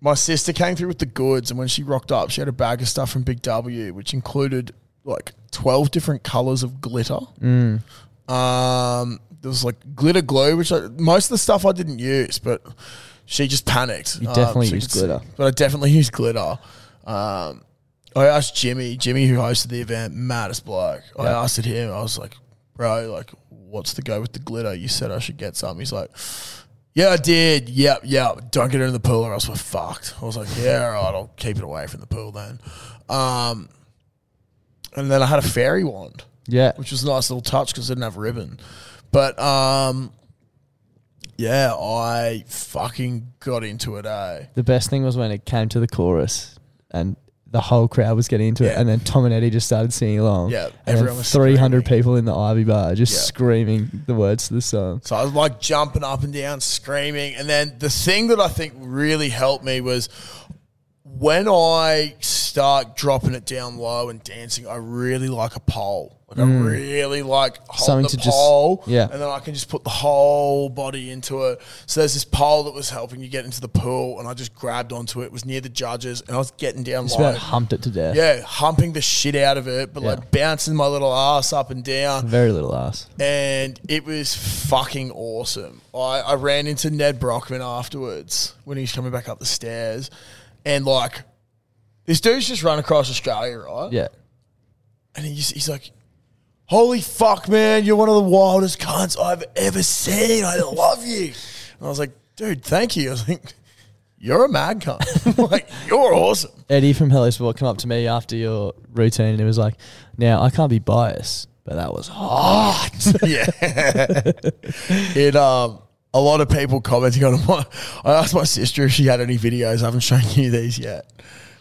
S2: my sister came through with the goods, and when she rocked up, she had a bag of stuff from Big W, which included like 12 different colors of glitter.
S1: Mm.
S2: Um, there was like glitter glue, which I, most of the stuff I didn't use, but she just panicked. Um,
S1: You definitely
S2: she
S1: used
S2: could see-
S1: glitter.
S2: but I definitely used glitter. Um, I asked Jimmy, Jimmy who hosted the event, maddest bloke. I
S1: Yeah.
S2: asked him, I was like, bro, like, what's the go with the glitter? You said I should get some. He's like, yeah, I did. Yep, yep. Don't get it in the pool or else we're fucked. I was like, yeah, all right, I'll keep it away from the pool then. Um, and then I had a fairy wand
S1: yeah.
S2: which was a nice little touch because I didn't have ribbon. But um, yeah, I fucking got into it. Eh?
S1: The best thing was when it came to the chorus and the whole crowd was getting into it,
S2: Yeah.
S1: and then Tom and Eddie just started singing along.
S2: Yeah,
S1: and
S2: everyone was
S1: three hundred
S2: screaming.
S1: people in the Ivy Bar just
S2: Yeah.
S1: screaming the words to the song.
S2: So I was like jumping up and down, screaming. And then the thing that I think really helped me was when I start dropping it down low and dancing, I really like a pole. Like I
S1: Mm.
S2: really like hold
S1: Something
S2: the
S1: to just-
S2: pole,
S1: yeah.
S2: and then I can just put the whole body into it. So there's this pole that was helping you get into the pool, and I just grabbed onto it. It was near the judges, and I was getting down
S1: Just
S2: low.
S1: about humped it to death.
S2: Yeah, humping the shit out of it, but
S1: Yeah.
S2: like bouncing my little ass up and down.
S1: Very little ass.
S2: And it was fucking awesome. I, I ran into Ned Brockman afterwards when he was coming back up the stairs. And like, this dude's just run across Australia, right?
S1: Yeah.
S2: And he's, he's like, Holy fuck, man, you're one of the wildest cunts I've ever seen. I love you. And I was like, Dude, thank you. I was like, You're a mad cunt. like, you're awesome.
S1: Eddie from Hello Sport come up to me after your routine and he was like, Now I can't be biased, but that was hot.
S2: yeah. it um a lot of people commenting on my I asked my sister if she had any videos. I haven't shown you these yet.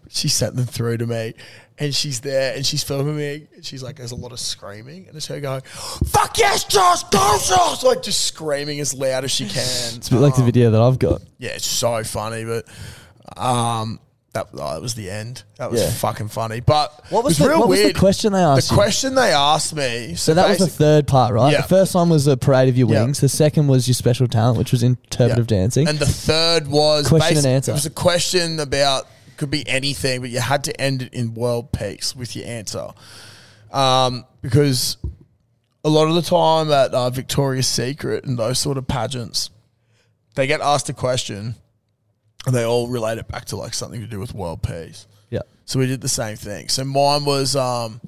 S2: But she sent them through to me and she's there and she's filming me and she's like there's a lot of screaming and it's her going, Fuck yes, Josh, go Josh like just screaming as loud as she can.
S1: It's a bit like the video that I've got.
S2: Yeah, it's so funny, but um that, oh, that was the end. That was
S1: Yeah.
S2: fucking funny. But
S1: What was
S2: it
S1: the-
S2: real
S1: what was the
S2: weird.
S1: question they asked
S2: The
S1: you?
S2: question they asked me.
S1: So that was the
S2: basic-
S1: third part, right?
S2: Yeah.
S1: The first one was a parade of your
S2: Yeah.
S1: wings. The second was your special talent, which was interpretive
S2: Yeah.
S1: dancing.
S2: And the third was
S1: Question and
S2: basi-
S1: answer.
S2: It was a question about could be anything, but you had to end it in world peace with your answer, um, because a lot of the time at uh, Victoria's Secret and those sort of pageants, they get asked a question, and they all relate it back to like something to do with world peace.
S1: yeah.
S2: So we did the same thing. So mine was um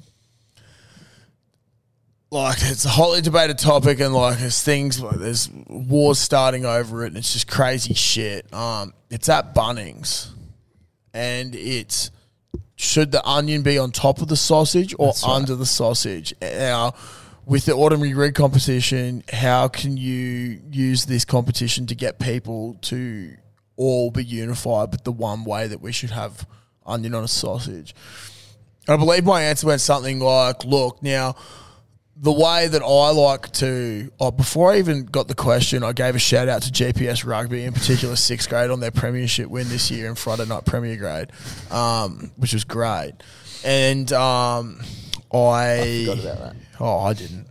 S2: like it's a hotly debated topic and like there's things like there's wars starting over it and it's just crazy shit. Um it's at Bunnings and it's should the onion be on top of the sausage or under the sausage? Now, with the ordinary rig competition, how can you use this competition to get people to all be unified? But the one way that we should have onion on a sausage. I believe my answer went something like, "Look, now." The way that I like to, oh, before I even got the question, I gave a shout out to GPS Rugby, in particular sixth grade, on their premiership win this year in Friday night premier grade, um, which was great. And um, I, forgot about that. Oh, I didn't.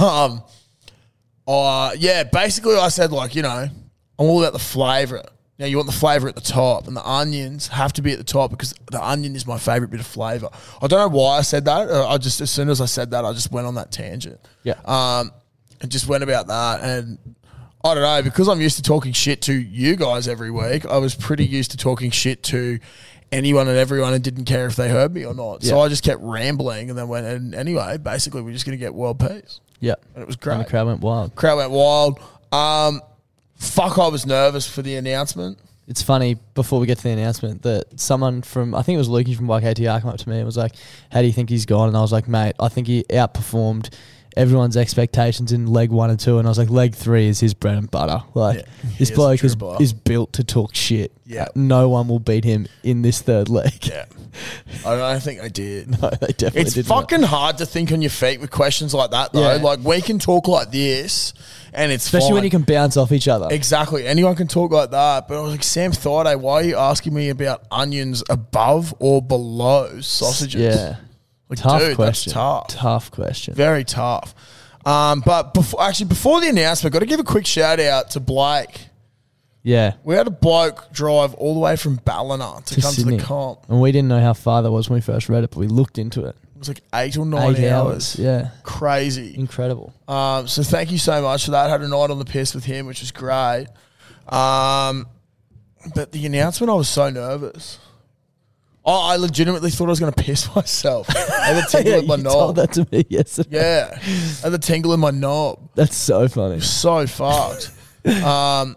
S2: um, uh, yeah, basically, I said, like, you know, I'm all about the flavor. Now, you want the flavor at the top, and the onions have to be at the top because the onion is my favorite bit of flavor. I don't know why I said that. uh, I just, as soon as I said that, I just went on that tangent.
S1: Yeah.
S2: Um, and just went about that. And I don't know, because I'm used to talking shit to you guys every week, I was pretty used to talking shit to anyone and everyone and didn't care if they heard me or not. So
S1: Yeah.
S2: I just kept rambling and then went, and anyway, basically, we're just going to get world peace.
S1: yeah.
S2: And it was
S1: And
S2: great.
S1: the crowd went wild.
S2: Crowd went wild. Um, fuck, I was nervous for the announcement.
S1: It's funny, before we get to the announcement, that someone from, I think it was Lukey from YKTR came up to me and was like, How do you think he's gone? And I was like, Mate, I think he outperformed everyone's expectations in leg one and two. And I was like, Leg three is his bread and butter. Like,
S2: is
S1: this
S2: a
S1: bloke
S2: true
S1: is,
S2: bar.
S1: is built to talk shit.
S2: Yeah.
S1: Like, no one will beat him in this third leg.
S2: Yeah. I don't think I did.
S1: No, they definitely
S2: It's
S1: didn't.
S2: fucking hard to think on your feet with questions like that, though.
S1: Yeah.
S2: Like, we can talk like this, and it's
S1: Especially when
S2: fine.
S1: you can bounce off each other.
S2: Exactly. Anyone can talk like that. But I was like, Sam Thorday, why are you asking me about onions above or below sausages?
S1: Yeah.
S2: Like,
S1: tough
S2: dude,
S1: question.
S2: That's tough.
S1: Tough question.
S2: Very tough. Um, but before, actually, before the announcement, got to give a quick shout out to Blake.
S1: yeah.
S2: We had a bloke drive all the way from Ballina to,
S1: To
S2: come
S1: Sydney.
S2: to the comp.
S1: And we didn't know how far that was when we first read it, but we looked into it.
S2: It was like eight or nine
S1: Eight
S2: hours.
S1: hours. Yeah.
S2: Crazy.
S1: Incredible.
S2: Um, so thank you so much for that. Had a night on the piss with him, which was great. Um, but the announcement, I was so nervous. Oh, I legitimately thought I was going to piss myself. And the tingle
S1: yeah,
S2: in my
S1: you told
S2: knob.
S1: that to me yesterday.
S2: Yeah. And the tingle in my knob.
S1: That's so funny.
S2: So fucked. um,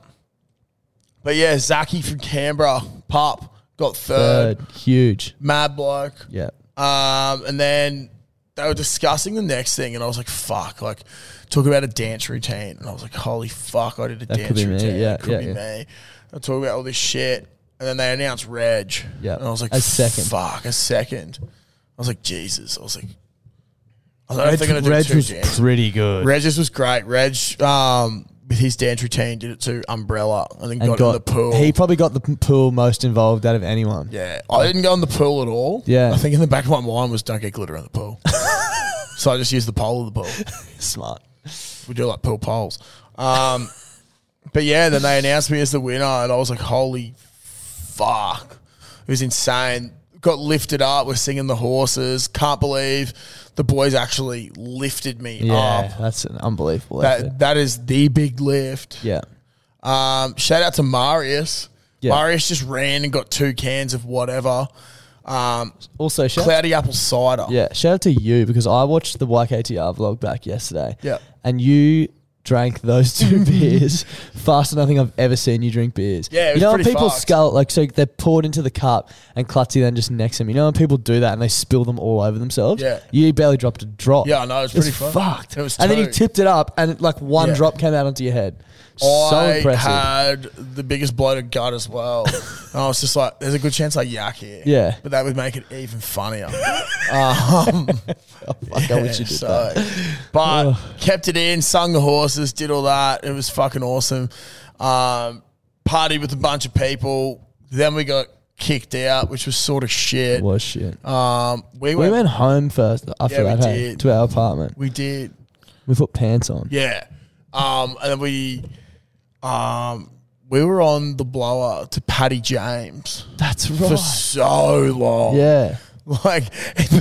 S2: but yeah, Zaki from Canberra, pop, got third.
S1: Bird, huge.
S2: Mad bloke.
S1: Yeah.
S2: Um, and then they were discussing the next thing, and I was like, "Fuck!" Like, talk about a dance routine, and I was like, "Holy fuck!" I did a
S1: That
S2: dance
S1: could be me,
S2: routine.
S1: yeah,
S2: it could
S1: yeah,
S2: be
S1: yeah.
S2: me. I talk about all this shit, and then they announced Reg.
S1: Yeah,
S2: and I was like,
S1: as second.
S2: Fuck, a second. I was like, Jesus. I was like, I don't know if
S7: Reg,
S2: they're gonna do
S7: Reg
S2: two
S7: was
S2: dances.
S7: pretty good.
S2: Reg just was great. Reg um, with his dance routine, did it to Umbrella, and then
S1: and
S2: got,
S1: got
S2: in the pool.
S1: He probably got the p- pool most involved out of anyone.
S2: yeah, I didn't go in the pool at all.
S1: Yeah.
S2: I think in the back of my mind was don't get glitter in the pool. so I just used the pole of the pool.
S1: Smart.
S2: We do like pool poles. Um, but yeah, then they announced me as the winner, and I was like, holy fuck. It was insane. Got lifted up. We're singing the horses. Can't believe the boys actually lifted me
S1: Yeah,
S2: up.
S1: that's an unbelievable. effort.
S2: That, that is the big lift.
S1: yeah,
S2: Um, shout out to Marius.
S1: Yeah.
S2: Marius just ran and got two cans of whatever. Um,
S1: Also, shout
S2: cloudy apple cider.
S1: yeah, shout out to you because I watched the YKTR vlog back yesterday.
S2: Yeah.
S1: and you drank those two beers faster than I think I've ever seen you drink beers.
S2: Yeah, it
S1: you
S2: was
S1: know when
S2: pretty
S1: people
S2: fucked.
S1: scull like so they're poured into the cup and klutzy then just necks them. You know when people do that and they spill them all over themselves.
S2: Yeah.
S1: you barely dropped a drop.
S2: Yeah, I know, it was pretty fucked.
S1: fucked.
S2: It was
S1: and then you
S2: two.
S1: tipped it up and it, like one
S2: Yeah.
S1: drop came out onto your head. so
S2: I
S1: impressive.
S2: had the biggest bloated gut as well. and I was just like, there's a good chance I yak here.
S1: Yeah.
S2: But that would make it even funnier. um,
S1: Oh, Fuck, I wish you did
S2: so-
S1: that.
S2: But kept it in, sung the horses, did all that. It was fucking awesome. Um, partied with a bunch of people. Then we got kicked out, which was sort of shit.
S1: It was shit.
S2: Um, we,
S1: we went home first after
S2: Yeah, we
S1: that, hey,
S2: did.
S1: to our apartment.
S2: We did.
S1: We put pants on.
S2: Yeah. Um, and then we, um, we were on the blower to Paddy James
S1: That's
S2: for
S1: right.
S2: so long.
S1: Yeah.
S2: Like,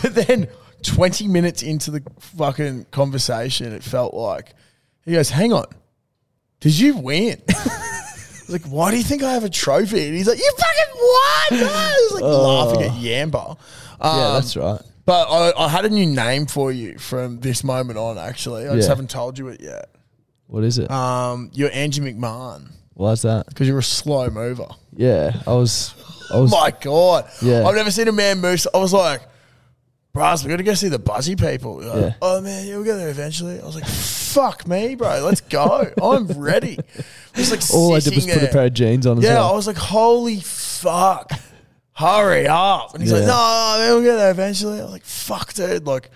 S2: but then 20 minutes into the fucking conversation, it felt like he goes, Hang on, did you win? I was like, Why do you think I have a trophy? And he's like, You fucking won! I was like laughing at Yamba. Um,
S1: Oh. yeah, that's right.
S2: But I, I had a new name for you from this moment on, actually. I just
S1: Yeah.
S2: haven't told you it yet.
S1: What is it?
S2: Um, you're Angie McMahon
S1: Why's that?
S2: because you're a slow mover.
S1: Yeah, I was. I was.
S2: my god.
S1: Yeah.
S2: I've never seen a man move. So I was like, bros, we gotta go see the buzzy people. They're like,
S1: Yeah.
S2: Oh man, yeah, we'll go there eventually. I was like, fuck me, bro. Let's go. I'm ready. I was like,
S1: all I did was put a pair of jeans on. As
S2: Yeah, I
S1: well.
S2: was like, holy fuck. Hurry up. And he's like,
S1: Yeah.
S2: no, man, we'll get there eventually. I was like, fuck, dude. Like,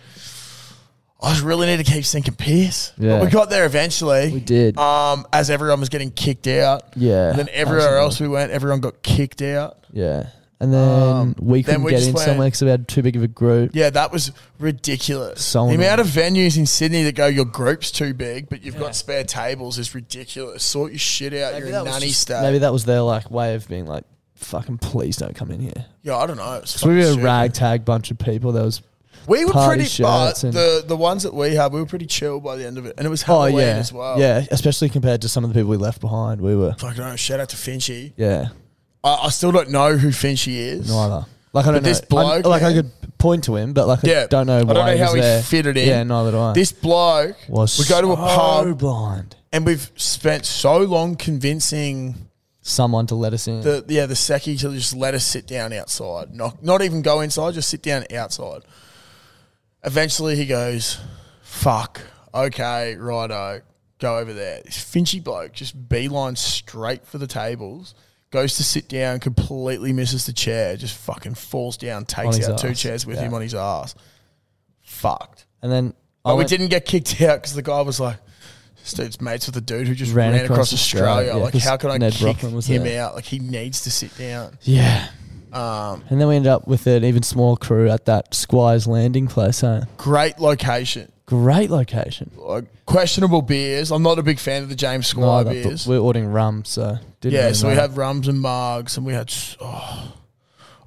S2: I just really need to keep sinking piss.
S1: Yeah.
S2: But we got there eventually.
S1: we did.
S2: Um, as everyone was getting kicked out.
S1: Yeah,
S2: And then everywhere else we went, everyone got kicked out.
S1: yeah, and then we
S2: um, then
S1: couldn't
S2: we
S1: get
S2: just
S1: in
S2: went-
S1: somewhere because we had too big of a group.
S2: Yeah, that was ridiculous.
S1: So
S2: the
S1: annoying.
S2: amount of venues in Sydney that go, your group's too big, but you've got spare tables is ridiculous. Sort your shit out. You're in
S1: that was
S2: nanny
S1: just-
S2: state.
S1: Maybe that was their like way of being like, "Fucking please don't come in here."
S2: yeah, I don't know. It was
S1: So we were a
S2: fucking stupid.
S1: ragtag bunch of people. There was.
S2: We were
S1: party
S2: pretty, but
S1: shirts and-
S2: the, the ones that we had, we were pretty chill by the end of it. And it was
S1: Oh
S2: Halloween
S1: yeah,
S2: as well.
S1: yeah. Especially compared to some of the people we left behind, we were.
S2: Fucking hell, shout out to Finchy.
S1: Yeah,
S2: I, I still don't know who Finchy is.
S1: neither. Like I don't know.
S2: this
S1: I-
S2: bloke,
S1: like I
S2: man-
S1: could point to him, but like
S2: Yeah.
S1: I don't know.
S2: I don't
S1: why
S2: know how
S1: was
S2: he
S1: there.
S2: fit it in.
S1: Yeah, neither do I.
S2: This bloke,
S1: was
S2: we go to a
S1: so
S2: pub
S1: blind.
S2: and we've spent so long convincing
S1: Someone to let us in.
S2: the yeah the secchi to just let us sit down outside, not not even go inside, just sit down outside. Eventually, he goes, "Fuck, okay, righto, go over there." This Finchy bloke just beelines straight for the tables, goes to sit down, completely misses the chair, just fucking falls down, takes
S1: his
S2: out two
S1: ass,
S2: chairs with
S1: yeah.
S2: him on his ass. Fucked.
S1: and then
S2: But
S1: I
S2: we
S1: went,
S2: didn't get kicked out because the guy was like, this dude's mates with the dude who just ran,
S1: Ran
S2: across,
S1: across
S2: Australia.
S1: Australia, yeah,
S2: like,
S1: 'cause
S2: how can I
S1: Ned
S2: kick
S1: Brockman was
S2: him
S1: there.
S2: out? Like, he needs to sit down.
S1: Yeah.
S2: Um,
S1: And then we ended up with an even smaller crew at that Squire's Landing place. Huh?
S2: great location.
S1: Great location.
S2: Like, questionable beers. I'm not a big fan of the James Squire
S1: Neither, but
S2: beers.
S1: we're ordering rum, so didn't
S2: Yeah,
S1: really
S2: so we
S1: matter.
S2: had rums and margs, and we had. s- Oh,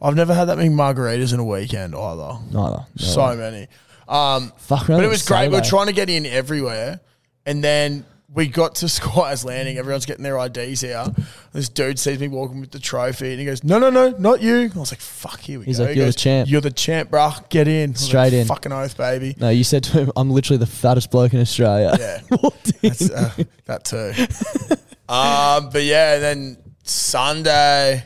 S2: I've never had that many margaritas in a weekend either.
S1: neither. No.
S2: So many. Um,
S1: Fuck
S2: But it was great. We were
S1: Saturday.
S2: trying to get in everywhere, and then we got to Squires Landing. Everyone's getting their IDs out. This dude sees me walking with the trophy, and he goes, "No, no, no, not you." I was like, "Fuck, here we
S1: He's
S2: go."
S1: like,
S2: He
S1: "You're the
S2: goes,
S1: champ."
S2: You're the champ, bruh. Get in I was like,
S1: Straight in.
S2: Fucking oath, baby.
S1: No, you said to him, "I'm literally the fattest bloke in Australia."
S2: Yeah.
S1: Walked in.
S2: That's, uh, that too. um, but yeah, and then Sunday.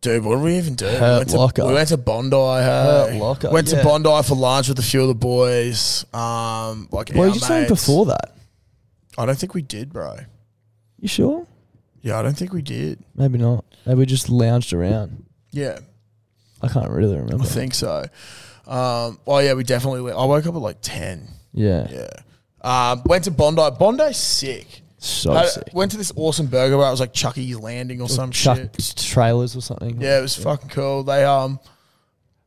S2: Dude, what did we even do? we,
S1: Hurt
S2: went to,
S1: Locker.
S2: we went to Bondi. Hey.
S1: Hurt Locker,
S2: Went
S1: yeah.
S2: to Bondi for lunch with a few of the boys. Um, like
S1: Were
S2: our
S1: you saying
S2: mates.
S1: before that?
S2: I don't think we did, bro.
S1: You sure?
S2: Yeah, I don't think we did.
S1: Maybe not. Maybe we just lounged around.
S2: Yeah,
S1: I can't really remember.
S2: I think so. Um, oh yeah, we definitely. I woke up at like ten.
S1: Yeah.
S2: Yeah, Um, went to Bondi. Bondi, sick.
S1: So
S2: I
S1: sick.
S2: Went to this awesome burger where it was like Chucky's Landing or some
S1: Chuck
S2: shit.
S1: trailers or something.
S2: Yeah, it was fucking cool. They um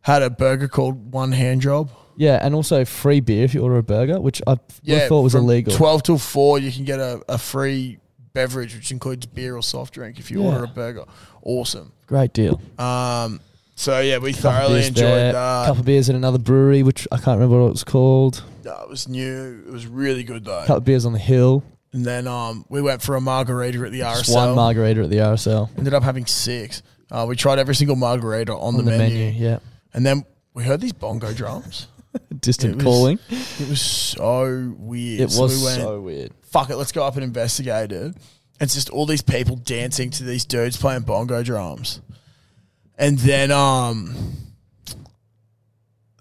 S2: had a burger called One Hand Job.
S1: Yeah, and also free beer if you order a burger, which I
S2: Yeah,
S1: thought was
S2: from
S1: illegal.
S2: Twelve till four, you can get a, a free beverage, which includes beer or soft drink if you
S1: Yeah.
S2: order a burger. Awesome.
S1: Great deal.
S2: Um, so yeah, we
S1: Couple
S2: thoroughly
S1: beers
S2: enjoyed
S1: there,
S2: that.
S1: Couple beers at another brewery, which I can't remember what it was called.
S2: No, it was new. It was really good though.
S1: Couple beers on the hill.
S2: And then um, we went for a margarita at the
S1: Just
S2: RSL.
S1: one margarita at the RSL
S2: Ended up having six. Uh, we tried every single margarita on,
S1: on
S2: the, menu.
S1: Yeah,
S2: and then we heard these bongo drums. It
S1: distant
S2: was-
S1: calling.
S2: It was so weird.
S1: It
S2: So
S1: was
S2: we went,
S1: so weird.
S2: fuck it, let's go up and investigate it. It's just all these people dancing to these dudes playing bongo drums. And then um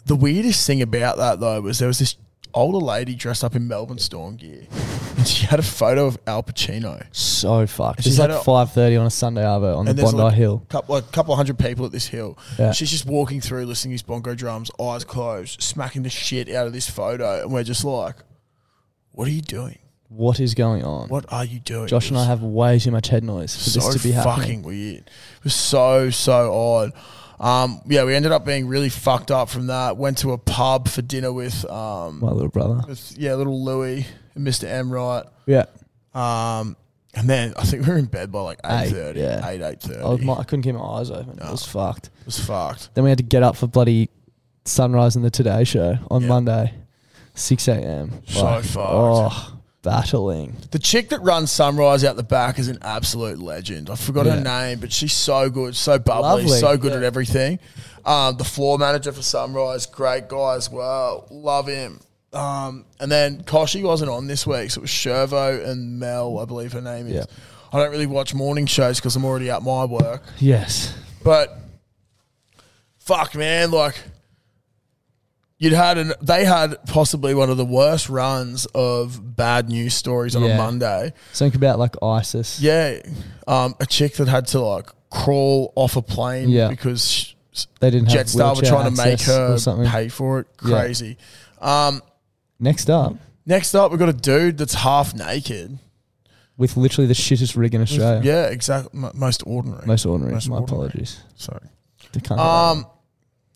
S2: the weirdest thing about that though was there was this older lady dressed up in Melbourne Storm gear. And she had a photo of Al Pacino.
S1: So fucked.
S2: She
S1: It's
S2: had
S1: like
S2: a-
S1: five thirty on a Sunday arvo on the
S2: And there's
S1: Bondi
S2: like
S1: Hill.
S2: Couple, a couple hundred people at this hill.
S1: Yeah.
S2: She's just walking through, listening to these bongo drums, eyes closed, smacking the shit out of this photo, and we're just like, "What are you doing?
S1: What is going on?
S2: What are you doing?"
S1: Josh and I have way too much head noise for
S2: so
S1: this to be happening.
S2: fucking weird. It was so so odd. Um, yeah, we ended up being really fucked up from that. Went to a pub for dinner with, um,
S1: My little brother.
S2: with yeah, little Louis and Mr. Emright.
S1: Yeah.
S2: Um, and then I think we were in bed by like
S1: Eight,
S2: eight thirty,
S1: yeah.
S2: eight eight thirty.
S1: I, was, my, I couldn't keep my eyes open. It was fucked.
S2: it was fucked.
S1: Then we had to get up for bloody sunrise and the Today Show on Monday, six a.m.
S2: So fucked.
S1: Oh, battling.
S2: The chick that runs Sunrise out the back is an absolute legend. I forgot her name, but she's so good, so bubbly,
S1: Lovely,
S2: so good
S1: yeah.
S2: at everything. Um, the floor manager for Sunrise, great guy as well. Love him. Um, and then Koshi wasn't on this week, so it was Shervo and Mel, I believe her name is.
S1: Yeah.
S2: I don't really watch morning shows because I'm already at my work.
S1: Yes.
S2: But fuck, man, like you'd had an they had possibly one of the worst runs of bad news stories on a
S1: Yeah.
S2: Monday.
S1: Think about like ISIS.
S2: Yeah, um, a chick that had to like crawl off a plane
S1: Yeah.
S2: because sh-
S1: They didn't have
S2: Jetstar were
S1: wheelchair
S2: trying to make
S1: access or
S2: her
S1: something.
S2: pay for it.
S1: Yeah.
S2: Crazy.
S1: Next up,
S2: Next up, we've got a dude that's half naked.
S1: with literally the shittest rig in Australia.
S2: Yeah, exactly. Most ordinary.
S1: Most ordinary.
S2: Most
S1: my
S2: ordinary.
S1: apologies.
S2: Sorry.
S1: They can't have
S2: Um,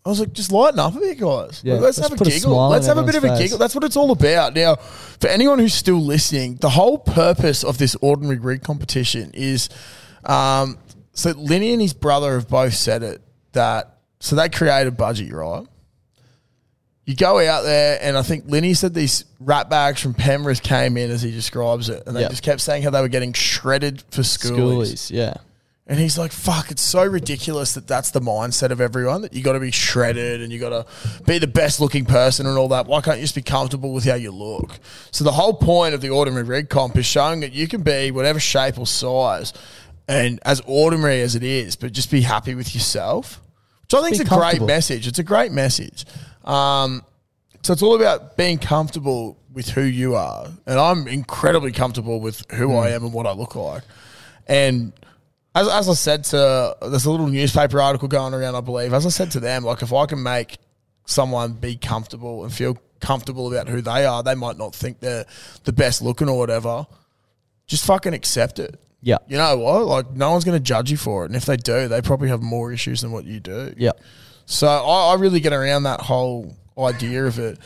S2: I was like, just lighten up a bit, guys.
S1: Yeah,
S2: Like, let's,
S1: let's
S2: have a
S1: put a
S2: giggle.
S1: smile
S2: let's
S1: on
S2: have a bit of a
S1: everyone's face.
S2: giggle. That's what it's all about. Now, for anyone who's still listening, the whole purpose of this ordinary rig competition is um, so Linny and his brother have both said it that so they create a budget, right? You go out there, and I think Linny said these rat bags from Penrith came in as he describes it, and they
S1: Yep.
S2: just kept saying how they were getting shredded for schoolies.
S1: Schoolies, yeah.
S2: And he's like, fuck, it's so ridiculous that that's the mindset of everyone that you got to be shredded and you got to be the best looking person and all that. Why can't you just be comfortable with how you look? So, the whole point of the ordinary rig comp is showing that you can be whatever shape or size and as ordinary as it is, but just be happy with yourself, which I think is a
S1: Be
S2: great
S1: comfortable.
S2: message. It's a great message. Um, so, it's all about being comfortable with who you are. And I'm incredibly comfortable with who I
S1: Hmm.
S2: am and what I look like. And as, as I said to, there's a little newspaper article going around, I believe. As I said to them, like if I can make someone be comfortable and feel comfortable about who they are, they might not think they're the best looking or whatever. Just fucking accept it.
S1: Yeah.
S2: You know what? Like no one's going to judge you for it, and if they do, they probably have more issues than what you do.
S1: Yeah.
S2: So I, I really get around that whole idea of it.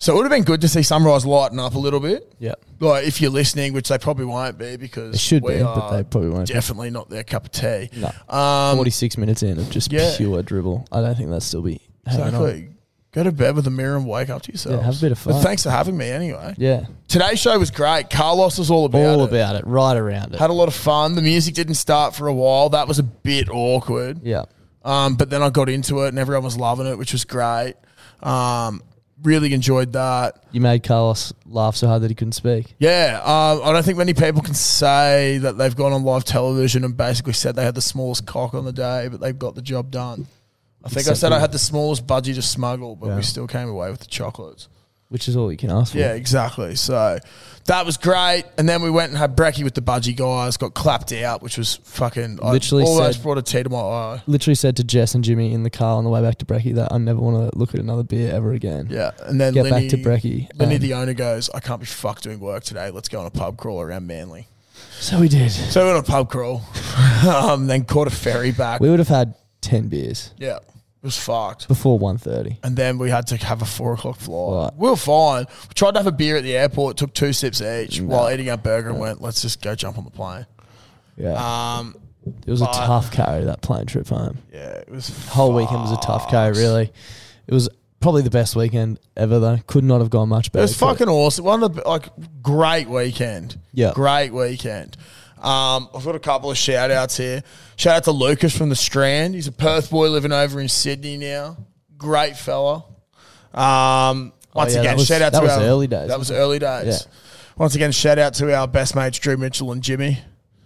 S2: So it would have been good to see Sunrise lighten up a little bit.
S1: Yeah.
S2: Like if you're listening, which they probably won't be because
S1: They should
S2: we
S1: be, but
S2: are
S1: they probably won't be.
S2: Definitely not their cup of tea.
S1: No.
S2: Um,
S1: 46 minutes in of just
S2: Yeah.
S1: pure dribble. I don't think that'll still be hanging on.
S2: exactly. Go to bed with a mirror and wake up to yourself.
S1: have a bit of
S2: But
S1: fun.
S2: thanks for having me anyway.
S1: Yeah.
S2: Today's show was great. Carlos was all about
S1: All
S2: it.
S1: about it. Right around it.
S2: Had a lot of fun. The music didn't start for a while. That was a bit awkward.
S1: yeah.
S2: Um, but then I got into it and everyone was loving it, which was great. Um, really enjoyed that.
S1: You made Carlos laugh so hard that he couldn't speak.
S2: Yeah, um, I don't think many people can say that they've gone on live television and basically said they had the smallest cock on the day, but they've got the job done. I think I said I had the smallest budgie to smuggle, but we still came away with the chocolates.
S1: which is all you can ask for.
S2: Yeah, exactly. So that was great. And then we went and had brekkie with the budgie guys, got clapped out, which was fucking.
S1: Literally
S2: I almost
S1: said-
S2: brought a tea to my eye.
S1: Literally said to Jess and Jimmy in the car on the way back to Brecky that I never want to look at another beer ever again.
S2: Yeah. And then
S1: Get
S2: Linny,
S1: back to Brecky.
S2: Linny,
S1: Um,
S2: the owner, goes, I can't be fucked doing work today. Let's go on a pub crawl around Manly.
S1: so we did.
S2: So we went on a pub crawl, um, then caught a ferry back.
S1: We would have had ten beers
S2: yeah. It was fucked.
S1: before 1.30.
S2: and then we had to have a four o'clock flight.
S1: Right.
S2: We were fine. We tried to have a beer at the airport, took two sips each while eating our burger, and went, "Let's just go jump on the plane."
S1: Yeah,
S2: Um,
S1: it was a
S2: but-
S1: tough carry that plane trip home.
S2: yeah, it was
S1: whole weekend was a tough go, really. It was probably the best weekend ever, though. Could not have gone much
S2: It
S1: better.
S2: was fucking awesome. One of the like great weekend.
S1: Yeah.
S2: great weekend. Um, I've got a couple of shout outs here. Shout out to Lucas from the Strand. He's a Perth boy living over in Sydney now. Great fella. Um, once
S1: Oh, yeah, that
S2: again,
S1: was-
S2: shout out
S1: that
S2: to
S1: was
S2: our
S1: early days,
S2: That was
S1: wasn't it?
S2: early days.
S1: Yeah.
S2: Once again, shout out to our best mates Drew Mitchell and Jimmy.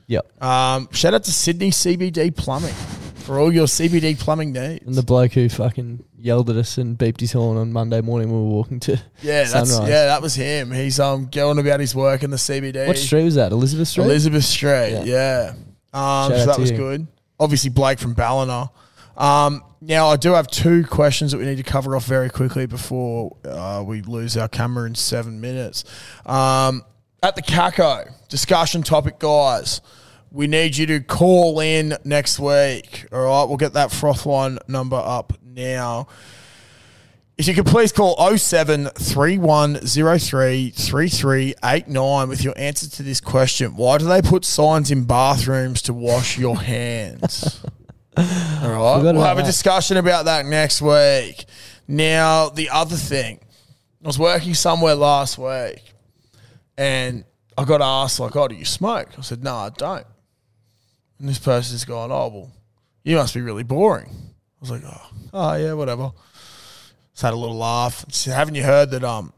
S1: Yep.
S2: Um, shout out to Sydney CBD Plumbing for all your CBD plumbing needs.
S1: and the bloke who fucking yelled at us and beeped his horn on Monday morning when we were walking to
S2: yeah, that's
S1: sunrise.
S2: yeah, that was him. He's um going about his work in the CBD.
S1: What street was that? Elizabeth Street?
S2: Elizabeth Strait, yeah. Um,
S1: Shout
S2: so
S1: out
S2: that
S1: to
S2: was
S1: you.
S2: good. Obviously, Blake from Ballina. Um, now, I do have two questions that we need to cover off very quickly before uh, we lose our camera in seven minutes. Um, at the CACO, discussion topic, guys. We need you to call in next week. All right, we'll get that froth line number up now. If you could please call 0731033389 with your answer to this question. Why do they put signs in bathrooms to wash your hands? All right.
S1: Forgot
S2: We'll
S1: about
S2: have a
S1: that.
S2: discussion about that next week. Now, the other thing. I was working somewhere last week and I got asked, like, oh, do you smoke? I said, no, I don't. And this person's gone, oh, well, you must be really boring. I was like, oh, oh yeah, whatever. Just had a little laugh. She said, haven't you heard that um,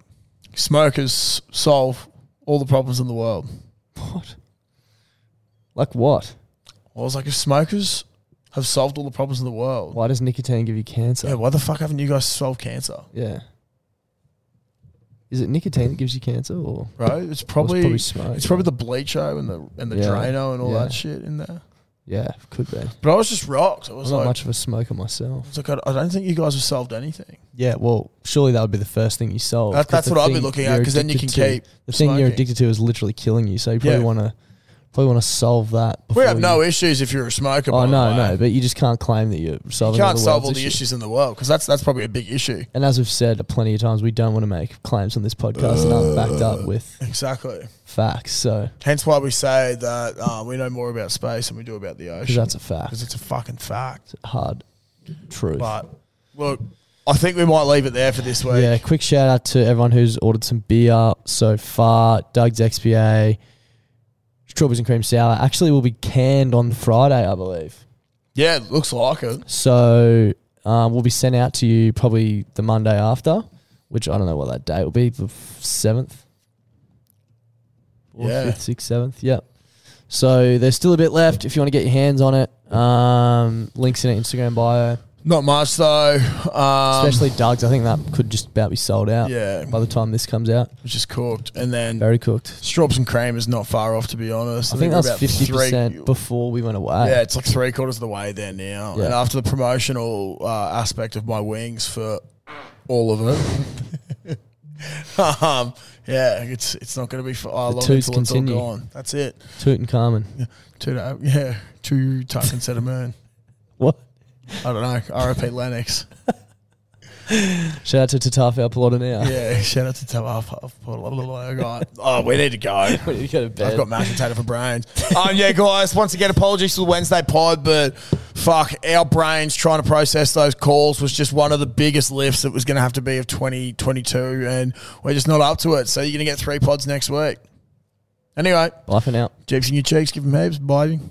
S2: smokers solve all the problems in the world?
S1: What? Like what?
S2: I was like, if smokers have solved all the problems in the world,
S1: Why does nicotine give you cancer?
S2: yeah, why the fuck haven't you guys solved cancer?
S1: Yeah. Is it nicotine that gives you cancer or
S2: Right? It's probably,
S1: probably smoke,
S2: it's probably the bleacho and the and the
S1: Yeah,
S2: Drano and all
S1: yeah.
S2: that shit in there.
S1: yeah, could be.
S2: But I was just rocked. I was
S1: I'm not
S2: like,
S1: much of a smoker myself.
S2: I was like, I I don't think you guys have solved anything.
S1: Yeah, well, surely that would be the first thing you solve.
S2: That-
S1: 'cause
S2: that's
S1: the
S2: what I'd be
S1: thing
S2: looking at,
S1: you're
S2: 'cause then you
S1: addicted
S2: can
S1: to-
S2: keep
S1: the thing you're
S2: smoking.
S1: addicted to is literally killing you. So you probably
S2: Yeah.
S1: want to probably want to solve that. Before
S2: we have
S1: you,
S2: no issues if you're a smoker.
S1: Oh
S2: by the
S1: no,
S2: way.
S1: no, but you just can't claim that you're
S2: You
S1: solving.
S2: can't
S1: other
S2: solve all
S1: world's
S2: the issues in the world because that's that's probably a big issue.
S1: And as we've said plenty of times, we don't want to make claims on this podcast that aren't backed
S2: Uh.
S1: up with
S2: Exactly.
S1: facts. So
S2: Hence why we say that uh, we know more about space than we do about the
S1: because
S2: ocean
S1: that's a fact,
S2: because it's a fucking fact.
S1: hard truth.
S2: But look, I think we might leave it there for this week.
S1: Yeah, quick shout out to everyone who's ordered some beer so far. Doug's XPA, strawberries and cream sour. Actually, will be canned on Friday, I believe.
S2: Yeah, it looks like it.
S1: So um, we'll be sent out to you probably the Monday after, which I don't know what that day will be, the seventh,
S2: Yeah.
S1: fifth, sixth, seventh. Yeah. So there's still a bit left if you want to get your hands on it. Um, links in our Instagram bio,
S2: Not much though, um,
S1: especially Doug's. I think that could just about be sold out.
S2: Yeah.
S1: By the time this comes out,
S2: which is cooked, and then
S1: very cooked.
S2: strops and cream is not far off to be honest.
S1: I
S2: we're
S1: think that was
S2: about
S1: fifty
S2: three-
S1: percent before we went away.
S2: Yeah, it's like three quarters of the way there now.
S1: Yeah.
S2: And after the promotional uh, aspect of my wings for all of it, um, yeah, it's it's not going to be for oh,
S1: The
S2: long
S1: twos
S2: until it's all
S1: continue.
S2: gone. That's it.
S1: Toot and Carmen.
S2: Two to, uh, yeah, two tuck and set a moon.
S1: What?
S2: I don't know. R.I.P. Lennox.
S1: Shout out to Tatafel Pelota now.
S2: Yeah, shout out to Tab. Oh, we need to go.
S1: we need to go to bed.
S2: I've got mashed potato for brains. um, yeah, guys, once again, apologies for the Wednesday pod, but fuck, our brains trying to process those calls was just one of the biggest lifts that was going to have to be of 2022, and we're just not up to it. So you're going to get three pods next week. Anyway,
S1: Bye for now.
S2: jeeps in your cheeks, give them heaps, biting.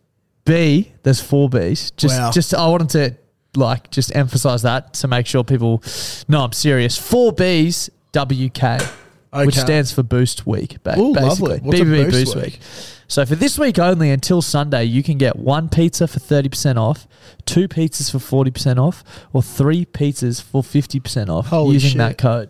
S7: B. There's four Bs. Just,
S2: Wow.
S7: just I wanted to like just emphasize that to make sure people know I'm serious. Four Bs. WK. Which
S2: Okay.
S7: stands for Boost Week, ba-
S2: Ooh,
S7: basically.
S2: lovely. What's a
S7: BBB
S2: Boost
S7: Boost
S2: Week?
S7: Week. So for this week only, until Sunday, you can get one pizza for thirty percent off, two pizzas for forty percent off, or three pizzas for fifty percent off
S2: Holy
S7: using
S2: shit.
S7: that code.